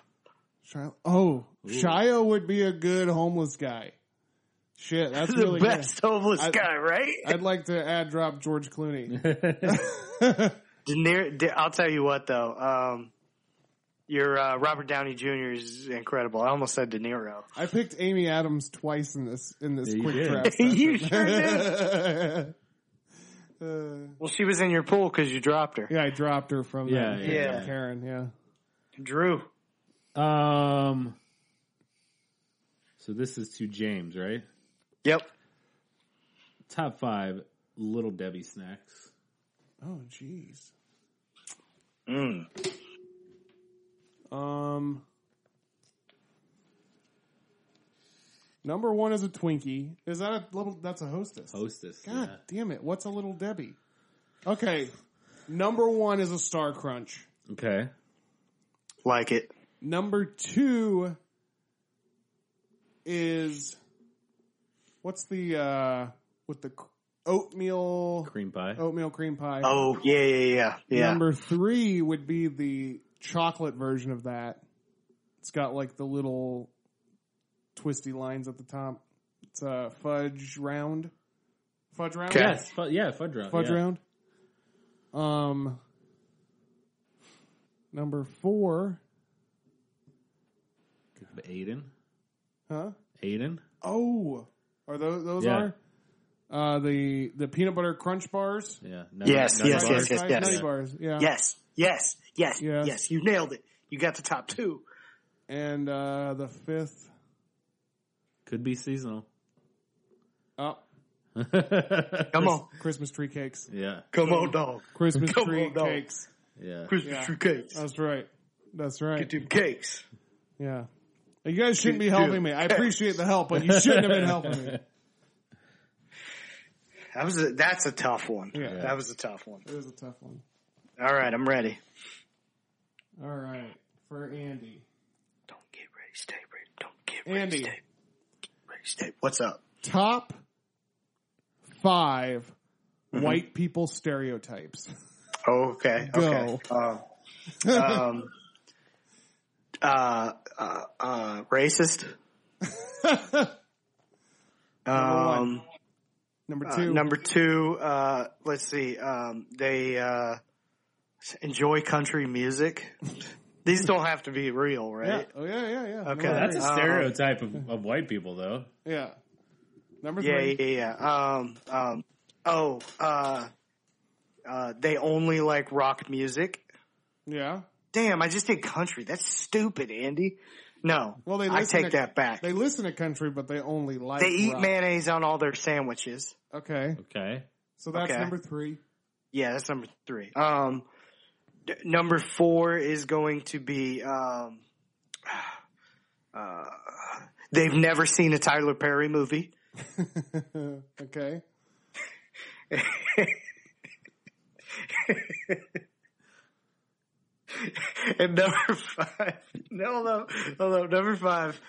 Speaker 4: Shia- oh, Shia would be a good homeless guy. Shit, that's
Speaker 3: the
Speaker 4: really good.
Speaker 3: best homeless
Speaker 4: I-
Speaker 3: guy, right?
Speaker 4: I'd like to add drop George Clooney.
Speaker 3: De Niro, De- I'll tell you what, though. Um, your uh, Robert Downey Jr. is incredible. I almost said De Niro.
Speaker 4: I picked Amy Adams twice in this in this
Speaker 5: Yeah, you
Speaker 4: quick
Speaker 5: did.
Speaker 4: draft.
Speaker 3: you sure did.
Speaker 4: session. Uh,
Speaker 3: Well, she was in your pool because you dropped her.
Speaker 4: yeah, I dropped her from
Speaker 5: Yeah,
Speaker 4: that.
Speaker 5: yeah.
Speaker 4: from Karen. Yeah,
Speaker 3: Drew.
Speaker 5: Um. So this is to James, right?
Speaker 3: Yep.
Speaker 5: Top five Little Debbie snacks.
Speaker 4: Oh, jeez.
Speaker 3: Mm.
Speaker 4: Um, Number one is a Twinkie. Is that a little? That's a hostess.
Speaker 5: Hostess.
Speaker 4: God
Speaker 5: Oh, yeah.
Speaker 4: damn it! What's a little Debbie? Okay, number one is a Star Crunch.
Speaker 5: Okay.
Speaker 3: Like it.
Speaker 4: Number two is what's the uh with the c- oatmeal
Speaker 5: Cream pie.
Speaker 4: oatmeal cream pie.
Speaker 3: Oh yeah, yeah, yeah, yeah.
Speaker 4: Number three would be the chocolate version of that. It's got like the little twisty lines at the top. It's a fudge round. Fudge round?
Speaker 3: Okay.
Speaker 5: Yes. Fu- yeah. Fudge round.
Speaker 4: Fudge
Speaker 5: yeah.
Speaker 4: round. Um number four.
Speaker 5: Aiden.
Speaker 4: Huh?
Speaker 5: Aiden.
Speaker 4: Oh. Are those those
Speaker 5: Yeah.
Speaker 4: are? Uh the the peanut butter crunch bars.
Speaker 5: Yeah.
Speaker 3: Yes,
Speaker 5: Nutty
Speaker 3: yes,
Speaker 5: Bar.
Speaker 3: yes, yes.
Speaker 4: Right? Nutty bars, yeah.
Speaker 3: Yes, yes, yes,
Speaker 4: Yes.
Speaker 3: yes, You nailed it. You got the top two.
Speaker 4: And uh the fifth
Speaker 5: Could be seasonal.
Speaker 4: oh
Speaker 3: Come on,
Speaker 4: Christmas tree cakes.
Speaker 5: yeah.
Speaker 3: come on, dog.
Speaker 4: Christmas
Speaker 3: Come
Speaker 4: tree
Speaker 3: on, dog.
Speaker 4: cakes.
Speaker 5: Yeah.
Speaker 3: Christmas
Speaker 4: Yeah.
Speaker 3: tree cakes.
Speaker 4: That's right. That's right.
Speaker 3: Get them cakes.
Speaker 4: Yeah. You guys shouldn't be
Speaker 3: Dude.
Speaker 4: helping me. I appreciate the help, but you shouldn't have been helping me.
Speaker 3: That was a, that's a tough one.
Speaker 4: Yeah.
Speaker 3: That was a tough one.
Speaker 4: It was a tough one.
Speaker 3: All right, I'm ready.
Speaker 4: All right. For Andy.
Speaker 3: Don't get ready, stay ready. Don't get ready,
Speaker 4: Andy,
Speaker 3: stay ready. Stay. What's up?
Speaker 4: top 5 white people stereotypes.
Speaker 3: Oh, Okay.
Speaker 4: Go.
Speaker 3: Okay. Um, um, uh, uh, uh, racist.
Speaker 4: one.
Speaker 3: um,
Speaker 4: Number
Speaker 3: uh,
Speaker 4: 2.
Speaker 3: number two. Uh, let's see. Um, they uh, enjoy country music. These don't have to be real,
Speaker 4: yeah.
Speaker 3: right?
Speaker 4: Oh yeah, yeah, yeah.
Speaker 3: Okay.
Speaker 4: Number
Speaker 5: That's a
Speaker 4: three.
Speaker 3: Uh,
Speaker 5: stereotype of, of white people, though.
Speaker 4: yeah. Number
Speaker 3: Yeah,
Speaker 4: 3.
Speaker 3: yeah, yeah. yeah. Um, um, oh, uh, uh, they only like rock music.
Speaker 4: yeah.
Speaker 3: Damn, I just did country. That's stupid, Andy. No,
Speaker 4: Well, they
Speaker 3: I
Speaker 4: listen
Speaker 3: take
Speaker 4: to-
Speaker 3: that back.
Speaker 4: They listen to country, but they only like.
Speaker 3: They eat
Speaker 4: rock.
Speaker 3: mayonnaise on all their sandwiches.
Speaker 4: Okay,
Speaker 5: Okay.
Speaker 4: so that's
Speaker 3: Okay.
Speaker 4: number three.
Speaker 3: Yeah, that's number three. Um, d- number four is going to be um, uh, they've never seen a Tyler Perry movie.
Speaker 4: okay,
Speaker 3: And number five, no, no, no, no, number five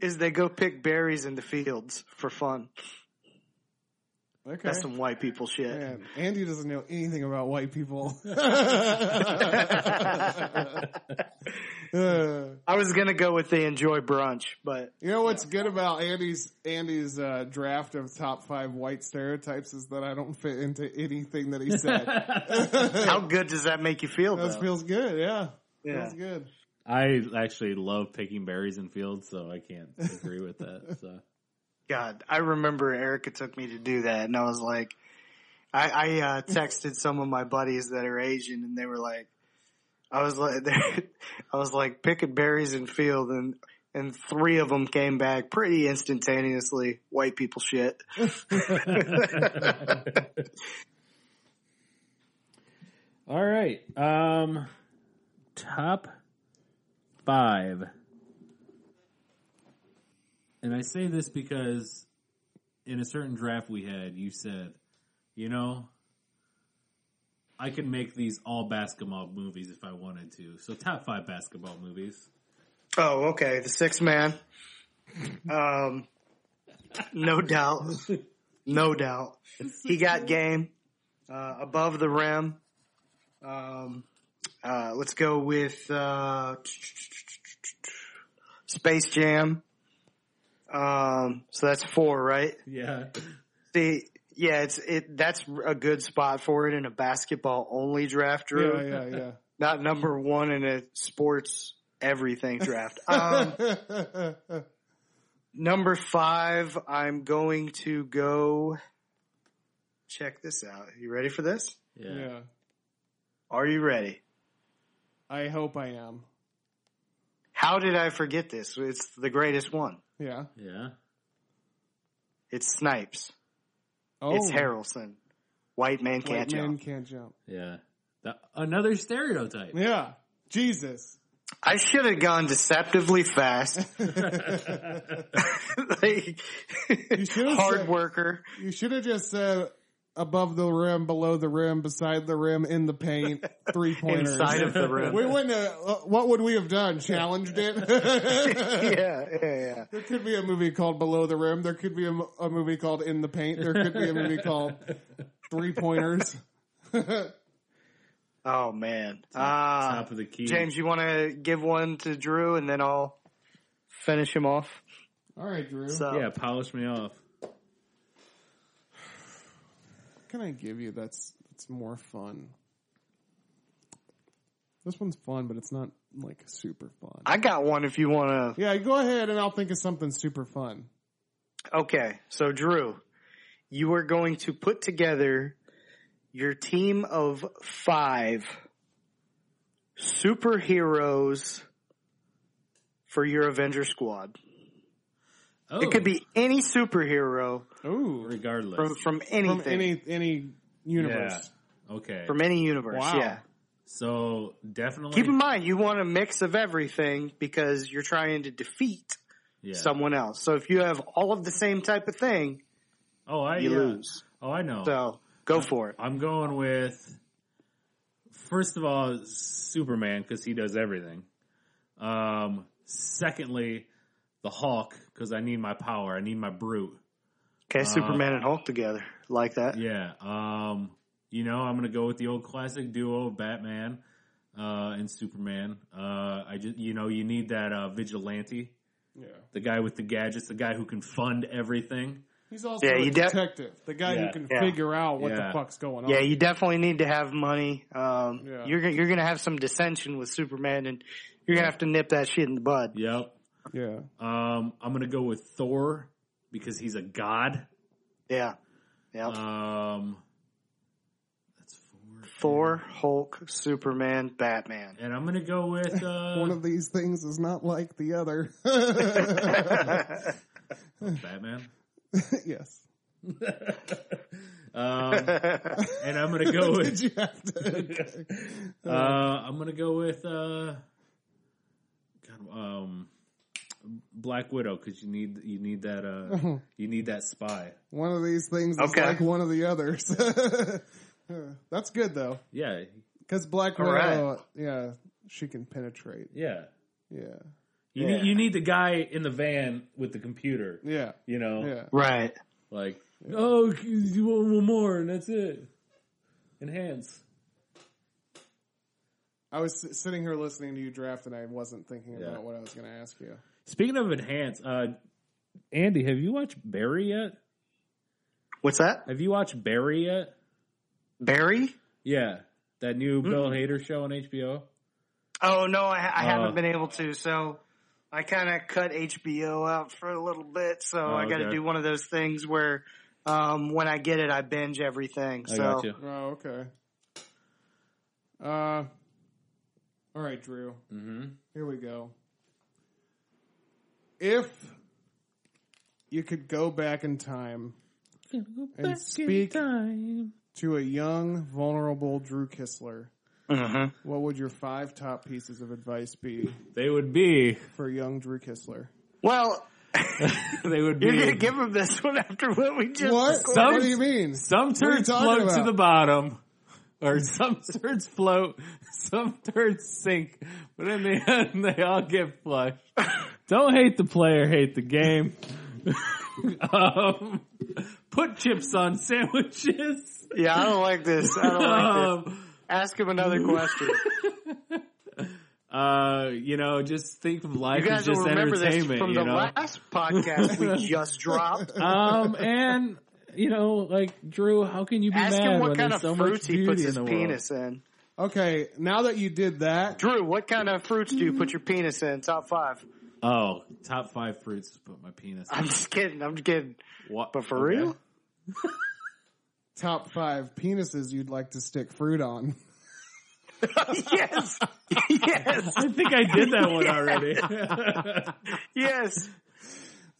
Speaker 3: is they go pick berries in the fields for fun.
Speaker 4: okay.
Speaker 3: That's some white people shit.
Speaker 4: Man, Andy doesn't know anything about white people. Uh,
Speaker 3: I was gonna go with they enjoy brunch, but
Speaker 4: you know what's good about Andy's Andy's uh, draft of top five white stereotypes is that I don't fit into anything that he said.
Speaker 3: how good does that make you feel?
Speaker 4: that
Speaker 3: though?
Speaker 4: feels good. Yeah,
Speaker 3: Yeah.
Speaker 4: feels good.
Speaker 6: I actually love picking berries in fields, so I can't agree with that. So
Speaker 3: God, I remember Erica took me to do that, and I was like, I, I uh, texted some of my buddies that are Asian, and they were like, I was like, I was like picking berries in field, and and three of them came back pretty instantaneously. White people shit.
Speaker 5: All right. Um, top five. And I say this because in a certain draft we had, you said, you know, I could make these all basketball movies if I wanted to. So top five basketball movies.
Speaker 3: Oh, okay, the six man. Um, no doubt, no doubt. He got game uh, above the rim. Um, uh, let's go with uh, Space Jam. Um, so that's four, right?
Speaker 5: Yeah.
Speaker 3: The yeah, it's it. That's a good spot for it in a basketball only draft, Drew
Speaker 4: Yeah, yeah, yeah.
Speaker 3: not number one in a sports everything draft. Um, number five, I'm going to go. Check this out. You ready for this?
Speaker 5: Yeah.
Speaker 4: yeah.
Speaker 3: Are you ready?
Speaker 4: I hope I am.
Speaker 3: How did I forget this? It's the greatest one.
Speaker 4: Yeah.
Speaker 5: Yeah.
Speaker 3: It's Snipes.
Speaker 4: Oh,
Speaker 3: It's Harrelson. White man
Speaker 4: White
Speaker 3: can't
Speaker 4: man
Speaker 3: jump.
Speaker 4: can't jump.
Speaker 5: Yeah. The, another stereotype.
Speaker 4: Yeah. Jesus.
Speaker 3: I should have gone deceptively fast. like,
Speaker 4: should have
Speaker 3: hard
Speaker 4: said-
Speaker 3: worker.
Speaker 4: You should have just said above the rim, below the rim, beside the rim, in the paint, three pointers.
Speaker 3: Inside of the rim.
Speaker 4: We wouldn't. Have, uh, what would we have done? Challenged it.
Speaker 3: yeah, yeah, yeah.
Speaker 4: There could be a movie called Below the Rim. There could be a, mo- a movie called In the Paint. There could be a movie called Three Pointers.
Speaker 3: Oh man. Ah,
Speaker 5: Top of the key.
Speaker 3: James, you want to give one to Drew, and then I'll finish him off.
Speaker 4: All right, Drew.
Speaker 3: So,
Speaker 5: Yeah, polish me off.
Speaker 4: What can I give you that's that's more fun? This one's fun, but it's not like super fun.
Speaker 3: I got one. If you want to.
Speaker 4: yeah, go ahead and I'll think of something super fun.
Speaker 3: Okay, so Drew, you are going to put together your team of five superheroes for your Avenger squad.
Speaker 5: Oh,
Speaker 3: It could be any superhero
Speaker 4: Ooh,
Speaker 5: regardless.
Speaker 3: from from
Speaker 4: from
Speaker 3: anything, from any,
Speaker 4: any any universe.
Speaker 5: okay.
Speaker 3: universe.
Speaker 4: Wow.
Speaker 3: Yeah.
Speaker 5: so definitely
Speaker 3: Keep in mind, you want a mix of everything because you're trying to defeat
Speaker 5: yeah.
Speaker 3: someone else. So if you have all of the same type of thing,
Speaker 5: Oh, I
Speaker 3: you
Speaker 5: yeah.
Speaker 3: lose.
Speaker 5: Oh, I know.
Speaker 3: So go for it.
Speaker 5: I'm going with first of all Superman because he does everything. Um, secondly, the Hulk because I need my power. I need my brute.
Speaker 3: Okay, Superman and Hulk together like that.
Speaker 5: Uh-huh. Yeah. Um, you know, I'm gonna go with the old classic duo of Batman uh, and Superman. Uh, I just, you know, you need that uh, vigilante,
Speaker 4: Yeah,
Speaker 5: the guy with the gadgets, the guy who can fund everything.
Speaker 4: he's also
Speaker 3: Yeah,
Speaker 4: a
Speaker 3: you def-
Speaker 4: detective, the guy
Speaker 5: Yeah.
Speaker 4: who can
Speaker 3: Yeah.
Speaker 4: figure out what
Speaker 5: Yeah.
Speaker 4: the fuck's going on.
Speaker 3: Yeah, you definitely need to have money. Um,
Speaker 4: Yeah.
Speaker 3: You're gonna- you're gonna have some dissension with Superman, and you're gonna have to nip that shit in the bud.
Speaker 5: Yep.
Speaker 4: yeah.
Speaker 5: Um, I'm gonna go with Thor because he's a god.
Speaker 3: Yeah, yeah.
Speaker 5: Um, that's four.
Speaker 3: Thor, Hulk, Superman, Batman.
Speaker 5: And I'm gonna go with
Speaker 4: One
Speaker 5: uh,
Speaker 4: of these things is not like the other.
Speaker 5: Batman.
Speaker 4: yes.
Speaker 5: Um, and I'm gonna go with
Speaker 4: Did you have to?
Speaker 5: uh, I'm gonna go with uh, God, um, Black Widow because you need you need that
Speaker 4: Uh-huh.
Speaker 5: uh, you need that spy.
Speaker 4: One of these things is
Speaker 3: Okay.
Speaker 4: like one of the others. That's good though,
Speaker 5: Yeah,
Speaker 4: because Black
Speaker 3: All
Speaker 4: Widow,
Speaker 3: right.
Speaker 4: yeah, she can penetrate.
Speaker 5: yeah.
Speaker 4: Yeah,
Speaker 5: You
Speaker 3: Yeah.
Speaker 5: need you need the guy in the van with the computer.
Speaker 4: yeah,
Speaker 5: You know,
Speaker 4: yeah.
Speaker 3: right.
Speaker 5: like oh, you want one more and that's it. Enhance.
Speaker 4: I was s- sitting here listening to you draft, and I wasn't thinking
Speaker 5: Yeah.
Speaker 4: about what I was going to ask you.
Speaker 5: Speaking of enhance, uh, Andy, have you watched Barry yet?
Speaker 3: What's that?
Speaker 5: Have you watched Barry yet? Mm.
Speaker 3: Barry?
Speaker 5: Yeah, that new Bill Hader show on HBO.
Speaker 3: Oh no, I, I
Speaker 5: Uh.
Speaker 3: haven't been able to. So I kind of cut HBO out for a little bit. So
Speaker 5: Oh,
Speaker 3: I got to
Speaker 5: okay.
Speaker 3: do one of those things where um, when I get it, I binge everything. So
Speaker 5: I got you.
Speaker 4: Oh, okay. Uh, all right, Drew.
Speaker 5: Mm-hmm.
Speaker 4: Here we go. If you could go back in time and speak to a young, vulnerable Drew Kistler,
Speaker 3: Mhm.
Speaker 5: Mm-hmm.
Speaker 4: what would your five top pieces of advice be
Speaker 5: They would be.
Speaker 4: for young Drew Kistler?
Speaker 3: Well,
Speaker 5: They would
Speaker 3: you're gonna
Speaker 5: be.
Speaker 3: give him this one after what we just.
Speaker 4: What?
Speaker 5: Some-
Speaker 4: what do you mean?
Speaker 5: Some
Speaker 4: are you
Speaker 5: turds
Speaker 4: talking
Speaker 5: float to
Speaker 4: about?
Speaker 5: the bottom, or some turds float. Some turds sink, but in the end, they all get flushed. Don't hate the player, hate the game. um, put chips on sandwiches.
Speaker 3: Yeah, I don't like this. I don't like this.
Speaker 5: Um,
Speaker 3: Ask him another question.
Speaker 5: uh, you know, just think of
Speaker 3: You
Speaker 5: life as
Speaker 3: guys will
Speaker 5: just
Speaker 3: remember this
Speaker 5: entertainment.
Speaker 3: from
Speaker 5: you
Speaker 3: the
Speaker 5: know,
Speaker 3: last podcast we just dropped.
Speaker 5: um, and you know, like Drew, how can you be
Speaker 3: Ask
Speaker 5: mad
Speaker 3: him
Speaker 5: when
Speaker 3: what kind
Speaker 5: there's
Speaker 3: of
Speaker 5: so much
Speaker 3: fruits he
Speaker 5: beauty
Speaker 3: puts
Speaker 5: in
Speaker 3: his
Speaker 5: the
Speaker 3: penis in.
Speaker 4: Okay, now that you did that,
Speaker 3: Drew, what kind of fruits do you put your penis in? Top five.
Speaker 5: world? Oh, top five fruits to put my penis.
Speaker 3: I'm just kidding. I'm just kidding.
Speaker 5: What?
Speaker 3: But for real?
Speaker 4: top five penises you'd like to stick fruit on.
Speaker 3: yes. yes.
Speaker 5: I think I did that one already.
Speaker 3: Yes.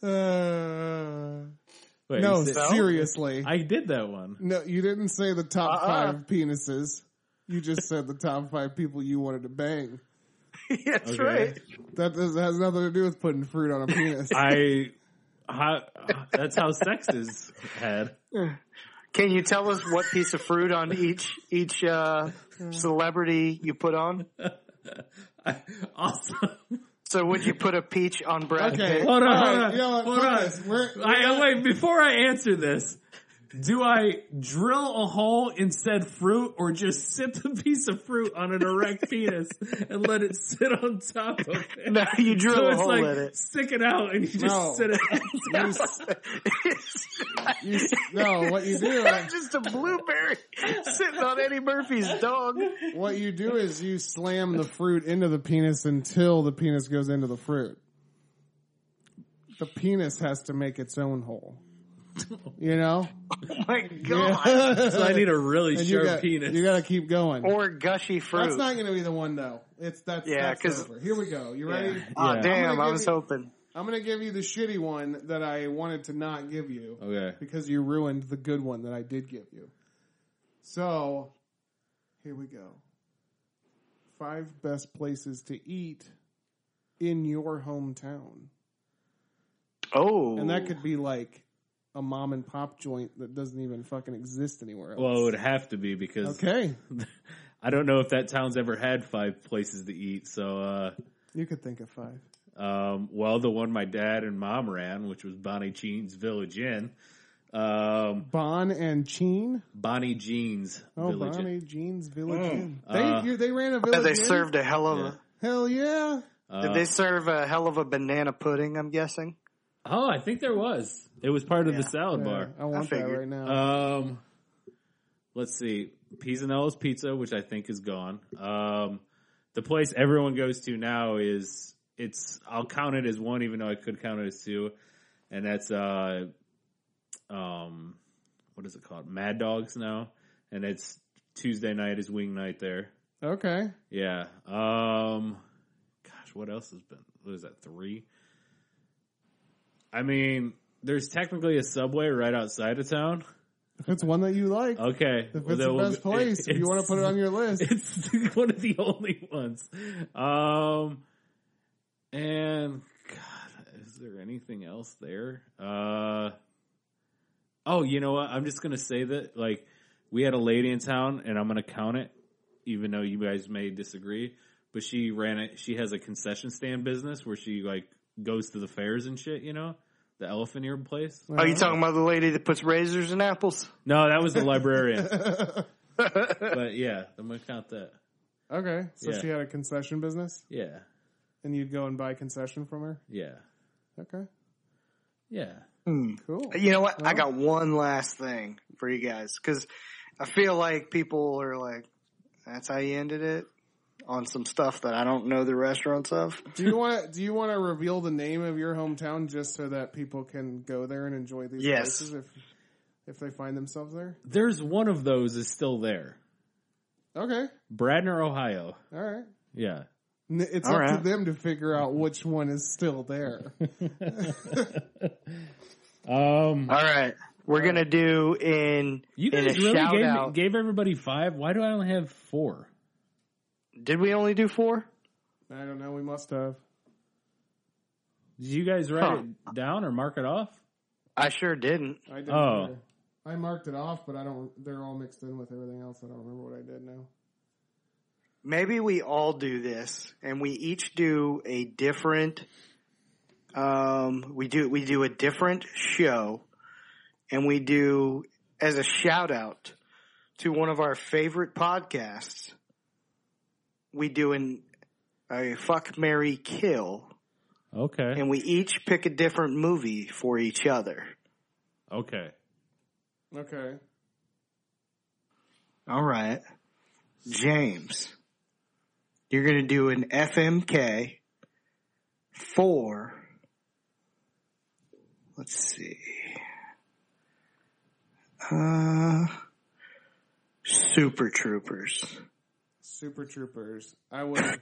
Speaker 4: Uh,
Speaker 5: Wait,
Speaker 4: no,
Speaker 5: you said-
Speaker 4: seriously.
Speaker 5: I did that one.
Speaker 4: No, you didn't say the top
Speaker 3: Uh-uh.
Speaker 4: five penises. You just said the top five people you wanted to bang.
Speaker 3: That's
Speaker 5: Okay.
Speaker 3: right.
Speaker 4: That does, that has nothing to do with putting fruit on a penis.
Speaker 6: I. How, that's how sex is had.
Speaker 3: Can you tell us what piece of fruit on each each uh, celebrity you put on?
Speaker 5: Also,
Speaker 3: So would you put a peach on Brad
Speaker 4: okay,
Speaker 3: Pitt?
Speaker 5: hold on,
Speaker 4: all
Speaker 5: hold
Speaker 4: right,
Speaker 5: on,
Speaker 4: you know what,
Speaker 5: hold
Speaker 4: fuck
Speaker 5: on.
Speaker 4: this. We're-
Speaker 5: I, I- wait before I answer this. Do I drill a hole in said fruit, or just sip the piece of fruit on an erect penis and let it sit on top of it?
Speaker 3: No, you drill
Speaker 5: so
Speaker 3: a
Speaker 5: it's
Speaker 3: hole
Speaker 5: like
Speaker 3: in it.
Speaker 5: stick it out, and you just
Speaker 4: No.
Speaker 5: sit it.
Speaker 4: you, no, what you do,
Speaker 3: Just a blueberry sitting on Eddie Murphy's dog.
Speaker 4: what you do is you slam the fruit into the penis until the penis goes into the fruit. The penis has to make its own hole. You know,
Speaker 3: My God.
Speaker 5: So I need a really
Speaker 4: and you
Speaker 5: sharp
Speaker 4: got
Speaker 5: penis.
Speaker 4: you got to keep going.
Speaker 3: Or gushy fruit.
Speaker 4: that's not going to be the one though. It's that's
Speaker 3: Yeah,
Speaker 4: that's
Speaker 3: 'cause-
Speaker 4: over. Here we go. You ready?
Speaker 3: Aw,
Speaker 5: Yeah.
Speaker 4: I'm
Speaker 3: Ah, damn,
Speaker 4: gonna
Speaker 3: I
Speaker 4: give
Speaker 3: was
Speaker 4: you-
Speaker 3: hoping.
Speaker 4: I'm going to give you the shitty one that I wanted to not give you.
Speaker 5: okay.
Speaker 4: because you ruined the good one that I did give you. So, here we go. Five best places to eat in your hometown.
Speaker 3: Oh.
Speaker 4: And that could be like a mom and pop joint that doesn't even fucking exist anywhere else.
Speaker 5: Well, it would have to be because
Speaker 4: okay.
Speaker 5: I don't know if that town's ever had five places to eat. So, uh,
Speaker 4: You could think of five.
Speaker 5: Um, well, the one my dad and mom ran, which was Bonnie Jean's Village Inn. Um,
Speaker 4: Bon and Jean.
Speaker 5: Bonnie Jean's
Speaker 4: Oh,
Speaker 5: Village
Speaker 4: Bonnie
Speaker 5: Inn.
Speaker 4: Jean's Village
Speaker 3: Mm.
Speaker 4: Inn. They,
Speaker 5: Uh,
Speaker 4: you- they ran a village
Speaker 3: Yeah, they
Speaker 4: Inn?
Speaker 3: served a hell of a.
Speaker 4: Hell yeah.
Speaker 3: Did they serve a hell of a banana pudding? I'm guessing.
Speaker 5: Oh, I think there was. It was part of the salad
Speaker 4: Yeah, I want that
Speaker 3: figured.
Speaker 4: right now.
Speaker 5: bar. Um, let's see. Pisanella's Pizza, which I think is gone. Um, the place everyone goes to now is it's. I'll count it as one, even though I could count it as two, and that's uh, um, what is it called? Mad Dogs now, and it's Tuesday night is wing night there.
Speaker 4: okay.
Speaker 5: Yeah. Um gosh, what else has been what is that, three? I mean, there's technically a subway right outside of town.
Speaker 4: If it's one that you like.
Speaker 5: Okay.
Speaker 4: If
Speaker 5: Uh, well,
Speaker 4: it's
Speaker 5: then
Speaker 4: the
Speaker 5: we'll
Speaker 4: best
Speaker 5: go-
Speaker 4: place, if you want to
Speaker 5: it's-
Speaker 4: put it on your list,
Speaker 5: It's one of the only ones. Um and God, is there anything else there? Uh oh, you know what? I'm just gonna say that like we had a lady in town and I'm gonna count it, even though you guys may disagree. But she ran it she has a concession stand business where she like goes to the fairs and shit, you know? The elephant ear place.
Speaker 3: Are
Speaker 4: Uh.
Speaker 3: you talking about the lady that puts razors in apples?
Speaker 5: No, that was the librarian. but yeah, I'm gonna count that.
Speaker 4: okay. So
Speaker 5: Yeah.
Speaker 4: she had a concession business,
Speaker 5: Yeah.
Speaker 4: and you'd go and buy concession from her.
Speaker 5: Yeah.
Speaker 4: Okay,
Speaker 5: Yeah.
Speaker 4: cool.
Speaker 3: You know what? I got one last thing for you guys because I feel like people are like, "That's how you ended it." On some stuff that I don't know the restaurants of.
Speaker 4: Do you want to? Do you want to reveal the name of your hometown just so that people can go there and enjoy these
Speaker 3: Yes.
Speaker 4: places if if they find themselves there?
Speaker 5: There's one of those is still there.
Speaker 4: Okay,
Speaker 5: Bradner, Ohio.
Speaker 4: all right.
Speaker 5: Yeah.
Speaker 4: N- It's
Speaker 3: All
Speaker 4: up to
Speaker 3: right.
Speaker 4: them to figure out which one is still there.
Speaker 5: Um
Speaker 3: All right, we're gonna do in
Speaker 5: you
Speaker 3: in a
Speaker 5: guys really
Speaker 3: shout
Speaker 5: gave,
Speaker 3: out.
Speaker 5: gave everybody 5. Why do I only have 4?
Speaker 3: Did we only do four?
Speaker 4: I don't know. We must have.
Speaker 5: Did you guys write it down or mark it off?
Speaker 3: I sure didn't.
Speaker 4: I didn't.
Speaker 5: Oh.
Speaker 4: either. I marked it off, but I don't. They're all mixed in with everything else. I don't remember what I did now.
Speaker 3: Maybe we all do this, and we each do a different. Um, we do we do a different show, and we do as a shout out to one of our favorite podcasts. We do an a fuck Mary kill,
Speaker 5: Okay.
Speaker 3: and we each pick a different movie for each other.
Speaker 5: Okay.
Speaker 4: Okay.
Speaker 3: All right, James, you're gonna do an FMK for. Let's see. Uh, Super Troopers.
Speaker 4: Super Troopers. I would,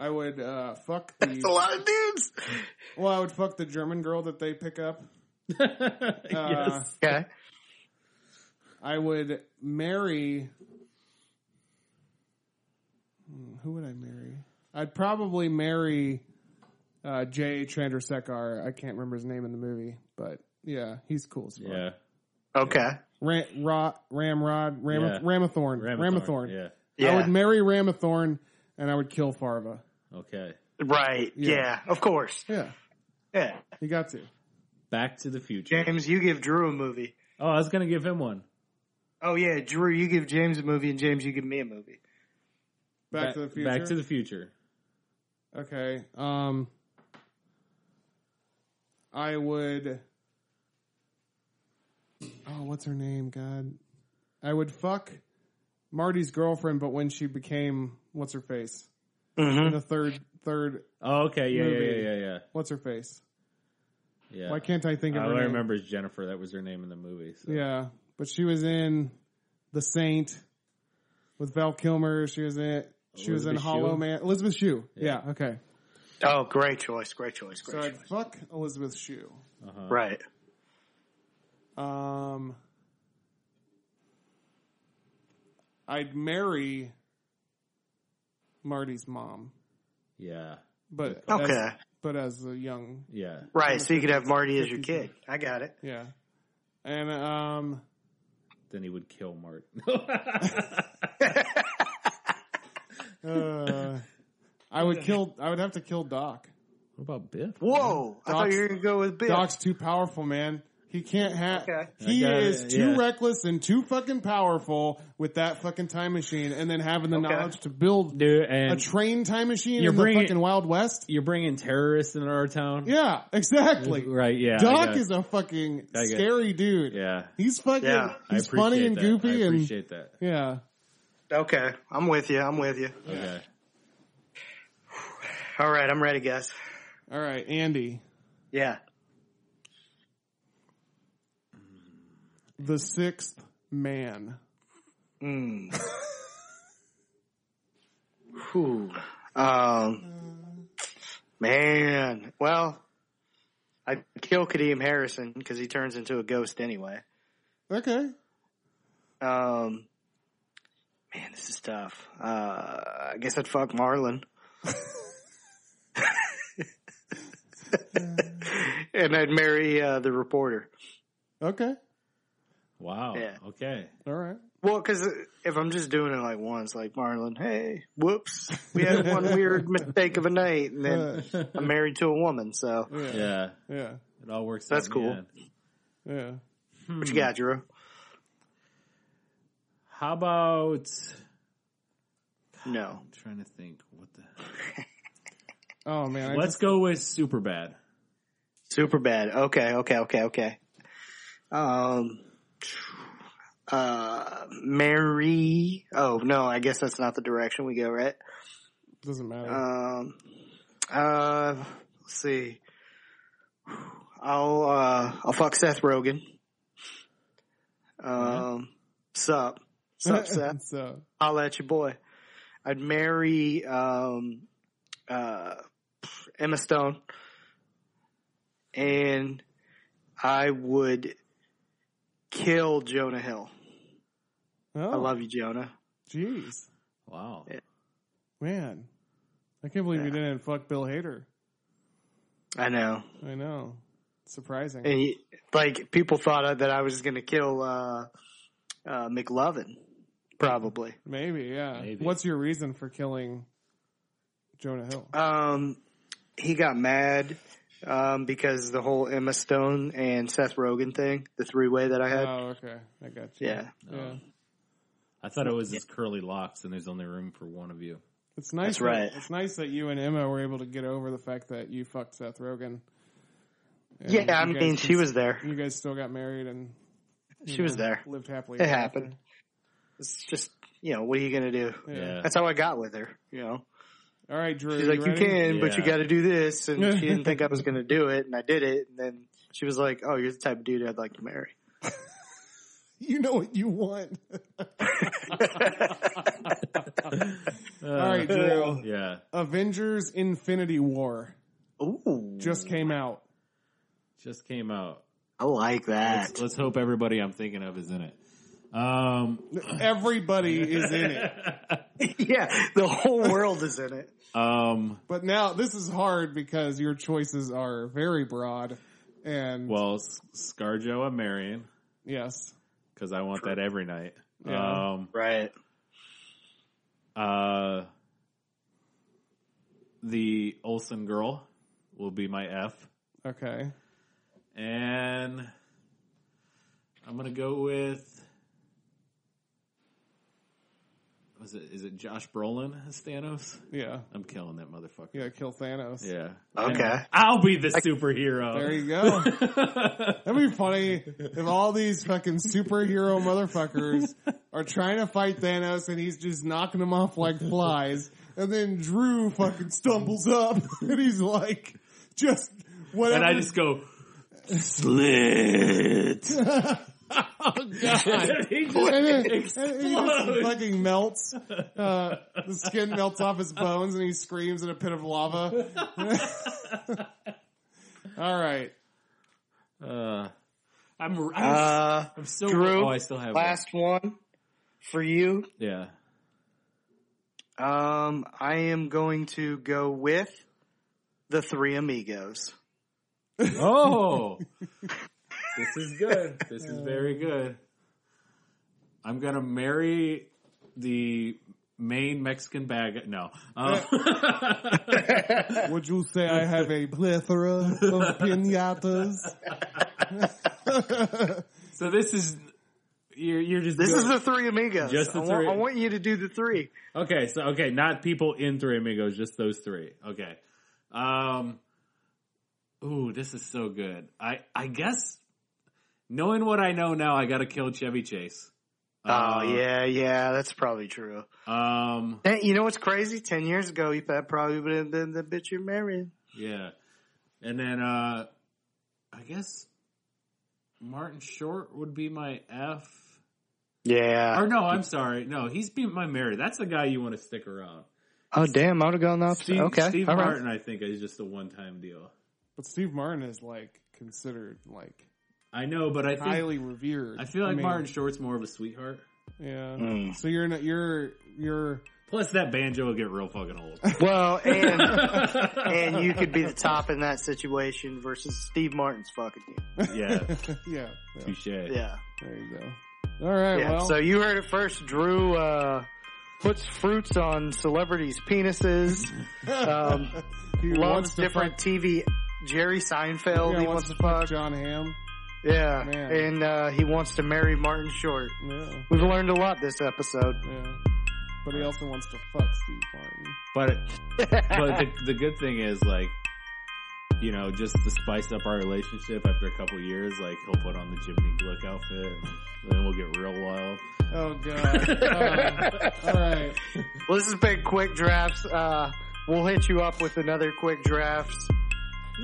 Speaker 4: I would uh, fuck
Speaker 3: A
Speaker 4: the.
Speaker 3: lot of dudes.
Speaker 4: Well, I would fuck the German girl that they pick up. Uh,
Speaker 5: yes.
Speaker 3: Okay.
Speaker 4: I would marry. Hmm, Who would I marry? I'd probably marry uh, Jay Chandrasekhar. I can't remember his name in the movie, but yeah, he's cool as fuck.
Speaker 6: Yeah.
Speaker 3: Okay.
Speaker 4: Ra- Ra- Ramrod, Ram-
Speaker 6: Yeah.
Speaker 4: Ramathorn, Ramathorn.
Speaker 6: Yeah.
Speaker 4: I
Speaker 3: Yeah.
Speaker 4: would marry Ramathorn, and I would kill Farva.
Speaker 6: Okay.
Speaker 3: right.
Speaker 4: Yeah.
Speaker 3: Yeah. Of course.
Speaker 4: Yeah,
Speaker 3: Yeah.
Speaker 4: you got to.
Speaker 6: Back to the Future.
Speaker 3: James, you give Drew a movie.
Speaker 6: Oh, I was gonna give him one.
Speaker 3: Oh yeah, Drew, you give James a movie, and James, you give me a movie.
Speaker 4: Back to the future.
Speaker 6: Back to the Future.
Speaker 4: Okay. Um, I would. Oh, what's her name? God, I would fuck Marty's girlfriend, but when she became what's her face in the third third
Speaker 6: Oh, okay. Yeah,
Speaker 4: Movie.
Speaker 6: yeah, yeah, yeah,
Speaker 4: what's her face?
Speaker 6: yeah. yeah.
Speaker 4: Why can't I think of
Speaker 6: All
Speaker 4: her
Speaker 6: I
Speaker 4: name?
Speaker 6: remember is Jennifer. That was her name in the movie. So.
Speaker 4: Yeah, but she was in The Saint with Val Kilmer. She was in. She was in
Speaker 6: Elizabeth
Speaker 4: Hollow
Speaker 6: Shue?
Speaker 4: Man. Elizabeth Shue. Yeah. okay.
Speaker 3: Oh, great choice, great choice,
Speaker 4: So
Speaker 3: great
Speaker 4: I'd
Speaker 3: choice.
Speaker 4: fuck Elizabeth Shue.
Speaker 3: Right.
Speaker 4: Um, I'd marry Marty's mom,
Speaker 6: Yeah.
Speaker 4: but
Speaker 3: Okay.
Speaker 4: as, but as a young,
Speaker 6: Yeah.
Speaker 3: Right. So you could have Marty as your kid. I got it.
Speaker 4: yeah, and um,
Speaker 6: Then he would kill Mart.
Speaker 4: uh, I would kill. I would have to kill Doc.
Speaker 6: What about Biff?
Speaker 3: Whoa! I thought you were gonna go with Bill.
Speaker 4: Doc's too powerful, man. He can't have.
Speaker 3: Okay.
Speaker 4: He
Speaker 6: I got it,
Speaker 4: is too
Speaker 6: yeah.
Speaker 4: reckless and too fucking powerful with that fucking time machine, and then having the
Speaker 3: Okay.
Speaker 4: knowledge to build
Speaker 6: Dude,
Speaker 4: a
Speaker 6: and
Speaker 4: train time machine
Speaker 6: You're
Speaker 4: in the
Speaker 6: bringing-
Speaker 4: fucking Wild West.
Speaker 6: you're bringing terrorists into our town.
Speaker 4: Yeah, exactly.
Speaker 6: Right. Yeah. I
Speaker 4: Doc
Speaker 6: got it.
Speaker 4: is a fucking
Speaker 6: I get-
Speaker 4: scary dude.
Speaker 6: Yeah.
Speaker 4: He's fucking.
Speaker 3: Yeah. I
Speaker 4: he's
Speaker 6: I appreciate
Speaker 4: funny and
Speaker 6: that.
Speaker 4: goofy
Speaker 6: I
Speaker 4: and
Speaker 6: appreciate that.
Speaker 4: yeah.
Speaker 3: Okay, I'm with you. I'm with you.
Speaker 6: Okay.
Speaker 3: All right, I'm ready, guys.
Speaker 4: All right, Andy,
Speaker 3: Yeah.
Speaker 4: the sixth man.
Speaker 3: Mm. Whew. Um, man. Well, I kill Kadeem Harrison because he turns into a ghost anyway.
Speaker 4: Okay,
Speaker 3: Um, man, this is tough. Uh, I guess I'd fuck Marlon. and I'd marry uh, the reporter.
Speaker 4: okay,
Speaker 6: Wow.
Speaker 3: Yeah.
Speaker 6: Okay.
Speaker 4: all right.
Speaker 3: Well, because if I'm just doing it like once, like Marlon, hey, whoops, we had one weird mistake of a night, and
Speaker 4: Uh,
Speaker 3: then I'm married to a woman. So
Speaker 4: yeah, yeah,
Speaker 6: Yeah.
Speaker 4: yeah,
Speaker 6: It all works. out
Speaker 3: That's
Speaker 6: in
Speaker 3: cool.
Speaker 6: the end.
Speaker 4: yeah.
Speaker 3: what you got, Drew?
Speaker 6: How about?
Speaker 3: No,
Speaker 6: I'm trying to think. What the?
Speaker 4: Oh man, I
Speaker 6: Let's go with Superbad.
Speaker 3: super bad. Okay, okay, okay, okay. Um, uh, Mary. Oh no, I guess that's not the direction we go, right?
Speaker 4: just, doesn't matter.
Speaker 3: Um, uh, let's see. I'll uh, I'll fuck Seth Rogen. Um, sup, sup, Seth.
Speaker 4: so
Speaker 3: I'll at your boy. I'd marry um, uh, Emma Stone, and I would kill Jonah Hill.
Speaker 4: oh,
Speaker 3: I love you, Jonah.
Speaker 4: Jeez,
Speaker 6: Wow.
Speaker 4: man, I can't believe you
Speaker 3: Yeah.
Speaker 4: didn't fuck Bill Hader.
Speaker 3: I know.
Speaker 4: I know, surprising.
Speaker 3: And he, like people thought uh, that I was going to kill uh, uh, McLovin, probably.
Speaker 4: Maybe, yeah.
Speaker 6: Maybe.
Speaker 4: What's your reason for killing Jonah Hill?
Speaker 3: Um, he got mad um, because the whole Emma Stone and Seth Rogen thing, the three way that I had.
Speaker 4: oh, okay, I got you.
Speaker 3: yeah,
Speaker 4: yeah.
Speaker 6: I thought it was his curly locks, and there's only room for one of you.
Speaker 4: It's
Speaker 3: That's
Speaker 4: nice. that,
Speaker 3: right.
Speaker 4: It's nice that you and Emma were able to get over the fact that you fucked Seth Rogen. And
Speaker 3: yeah.
Speaker 4: you
Speaker 3: I
Speaker 4: guys
Speaker 3: mean,
Speaker 4: can-
Speaker 3: she was there.
Speaker 4: You guys still got married and
Speaker 3: She was there.
Speaker 4: lived happily.
Speaker 3: It
Speaker 4: ever
Speaker 3: happened. It's just you know, what are you going to do?
Speaker 4: after. Yeah.
Speaker 6: Yeah.
Speaker 3: That's how I got with her. You know,
Speaker 4: All right, Drew.
Speaker 3: she's like, you
Speaker 4: ready?
Speaker 3: can, but you
Speaker 6: Yeah.
Speaker 3: got to do this, and she didn't think I was going to do it, and I did it, and then she was like, "Oh, you're the type of dude I'd like to marry."
Speaker 4: You know what you want. All right, Drew.
Speaker 6: Yeah.
Speaker 4: Avengers: Infinity War
Speaker 3: Ooh,
Speaker 4: just came out.
Speaker 6: Just came out.
Speaker 3: I like that.
Speaker 6: Let's hope everybody I'm thinking of is in it.
Speaker 5: Um,
Speaker 4: Everybody is in it.
Speaker 3: yeah, the whole world is in it.
Speaker 5: um,
Speaker 4: But now this is hard because your choices are very broad. And
Speaker 5: well, S- Scarjo and Marion,
Speaker 4: yes,
Speaker 5: because I want that every night.
Speaker 4: Yeah.
Speaker 5: Um,
Speaker 7: Right.
Speaker 5: uh, the Olsen girl will be my F,
Speaker 4: okay.
Speaker 5: and I'm gonna go with. Was it? Is it Josh Brolin as Thanos?
Speaker 4: Yeah.
Speaker 5: I'm killing that motherfucker.
Speaker 4: Yeah, kill Thanos.
Speaker 5: Yeah.
Speaker 3: Okay.
Speaker 5: And I'll be the superhero.
Speaker 4: There you go. That'd be funny if all these fucking superhero motherfuckers are trying to fight Thanos and he's just knocking them off like flies. And then Drew fucking stumbles up and he's like, just whatever.
Speaker 5: and I just go slit.
Speaker 4: oh god.
Speaker 5: He just-
Speaker 4: and then, and he just fucking melts. Uh, the skin melts off his bones, and he screams in a pit of lava. All right,
Speaker 5: uh, I'm, I'm,
Speaker 3: Uh,
Speaker 5: I'm so
Speaker 3: Drew,
Speaker 5: Oh, I still have
Speaker 3: last one for you.
Speaker 5: One. Yeah.
Speaker 3: Um, I am going to go with the Three Amigos.
Speaker 5: Oh, this is good. This is very good. I'm gonna marry the main Mexican bag. No. Uh,
Speaker 4: would you say I have a plethora of pinatas?
Speaker 5: so this is you're you're just
Speaker 3: This
Speaker 5: go-
Speaker 3: is the Three Amigos.
Speaker 5: Just
Speaker 3: I,
Speaker 5: the
Speaker 3: want,
Speaker 5: three.
Speaker 3: I want you to do the three.
Speaker 5: Okay, so okay, not people in Three Amigos, just those three. Okay. Um Ooh, this is so good. I I guess knowing what I know now, I gotta kill Chevy Chase. Uh,
Speaker 3: oh yeah, yeah, that's probably true.
Speaker 5: Um
Speaker 3: Hey, you know what's crazy? Ten years ago, you that probably would have been the bitch you're marrying.
Speaker 5: yeah. And then uh I guess Martin Short would be my F.
Speaker 3: Yeah.
Speaker 5: Or no, I'm sorry. No, he's be my Mary. That's the guy you want to stick around.
Speaker 3: oh damn, I would have gone off.
Speaker 5: Steve,
Speaker 3: okay.
Speaker 5: Steve
Speaker 3: all right.
Speaker 5: Martin, I think, is just a one time deal.
Speaker 4: But Steve Martin is like considered like
Speaker 5: I know, but I think
Speaker 4: highly revered.
Speaker 5: I feel like
Speaker 4: mean,
Speaker 5: Martin Short's more of a sweetheart.
Speaker 4: Yeah.
Speaker 3: Mm.
Speaker 4: So you're not, you're you're
Speaker 5: Plus, that banjo will get real fucking old.
Speaker 3: Well, and and you could be the top in that situation versus Steve Martin's fucking you.
Speaker 5: yeah,
Speaker 4: yeah, yeah.
Speaker 5: touche.
Speaker 3: Yeah.
Speaker 4: There you go. All right.
Speaker 3: Yeah.
Speaker 4: well,
Speaker 3: So you heard it first. Drew uh, puts fruits on celebrities' penises. Um,
Speaker 4: he
Speaker 3: loves
Speaker 4: to
Speaker 3: different
Speaker 4: fuck-
Speaker 3: TV. Jerry Seinfeld.
Speaker 4: yeah,
Speaker 3: he wants to fuck.
Speaker 4: John Hamm.
Speaker 3: Yeah,
Speaker 4: Man.
Speaker 3: and uh, he wants to marry Martin Short.
Speaker 4: Yeah.
Speaker 3: We've learned a lot this episode.
Speaker 4: Yeah. But he also wants to fuck Steve Martin.
Speaker 5: But but the, the good thing is like, you know, just to spice up our relationship after a couple years, like he'll put on the Jiminy Glick outfit, and then we'll get real wild.
Speaker 4: Oh god. all right.
Speaker 3: Well, this has been quick drafts. Uh, we'll hit you up with another quick drafts.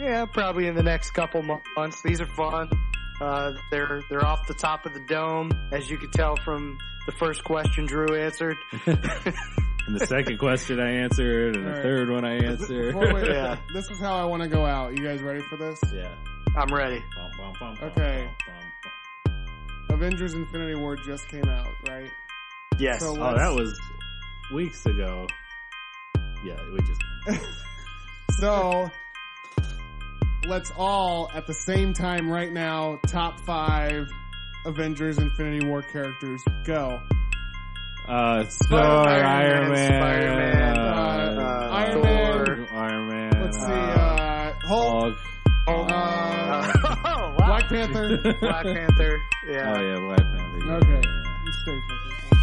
Speaker 3: Yeah, probably in the next couple mo- months. These are fun. Uh, they're they're off the top of the dome, as you could tell from the first question Drew answered.
Speaker 5: And the second question I answered, and the
Speaker 4: Alright.
Speaker 5: third one I answered.
Speaker 4: Before we-
Speaker 3: Yeah.
Speaker 4: This is how I want to go out. You guys ready for this?
Speaker 5: yeah.
Speaker 3: I'm ready.
Speaker 5: Bum, bum, bum, bum,
Speaker 4: Okay.
Speaker 5: bum, bum, bum.
Speaker 4: Avengers: Infinity War just came out, right?
Speaker 3: Yes.
Speaker 4: So-
Speaker 5: Oh, that was weeks ago. Yeah, we just
Speaker 4: So let's all at the same time right now top five Avengers: Infinity War characters go.
Speaker 5: Uh, Thor,
Speaker 3: Iron Man,
Speaker 5: Iron Man,
Speaker 3: Spider-Man,
Speaker 4: uh, Iron
Speaker 3: Man.
Speaker 5: Thor, Iron Man.
Speaker 4: Let's
Speaker 5: uh,
Speaker 4: see. Uh, Hulk.
Speaker 5: Hulk.
Speaker 3: Hulk.
Speaker 4: Uh,
Speaker 3: oh, wow.
Speaker 4: Black Panther.
Speaker 3: Black Panther.
Speaker 5: Oh
Speaker 3: Yeah.
Speaker 5: yeah, Black Panther. yeah,
Speaker 4: Okay.
Speaker 5: yeah,
Speaker 4: You stay fucking-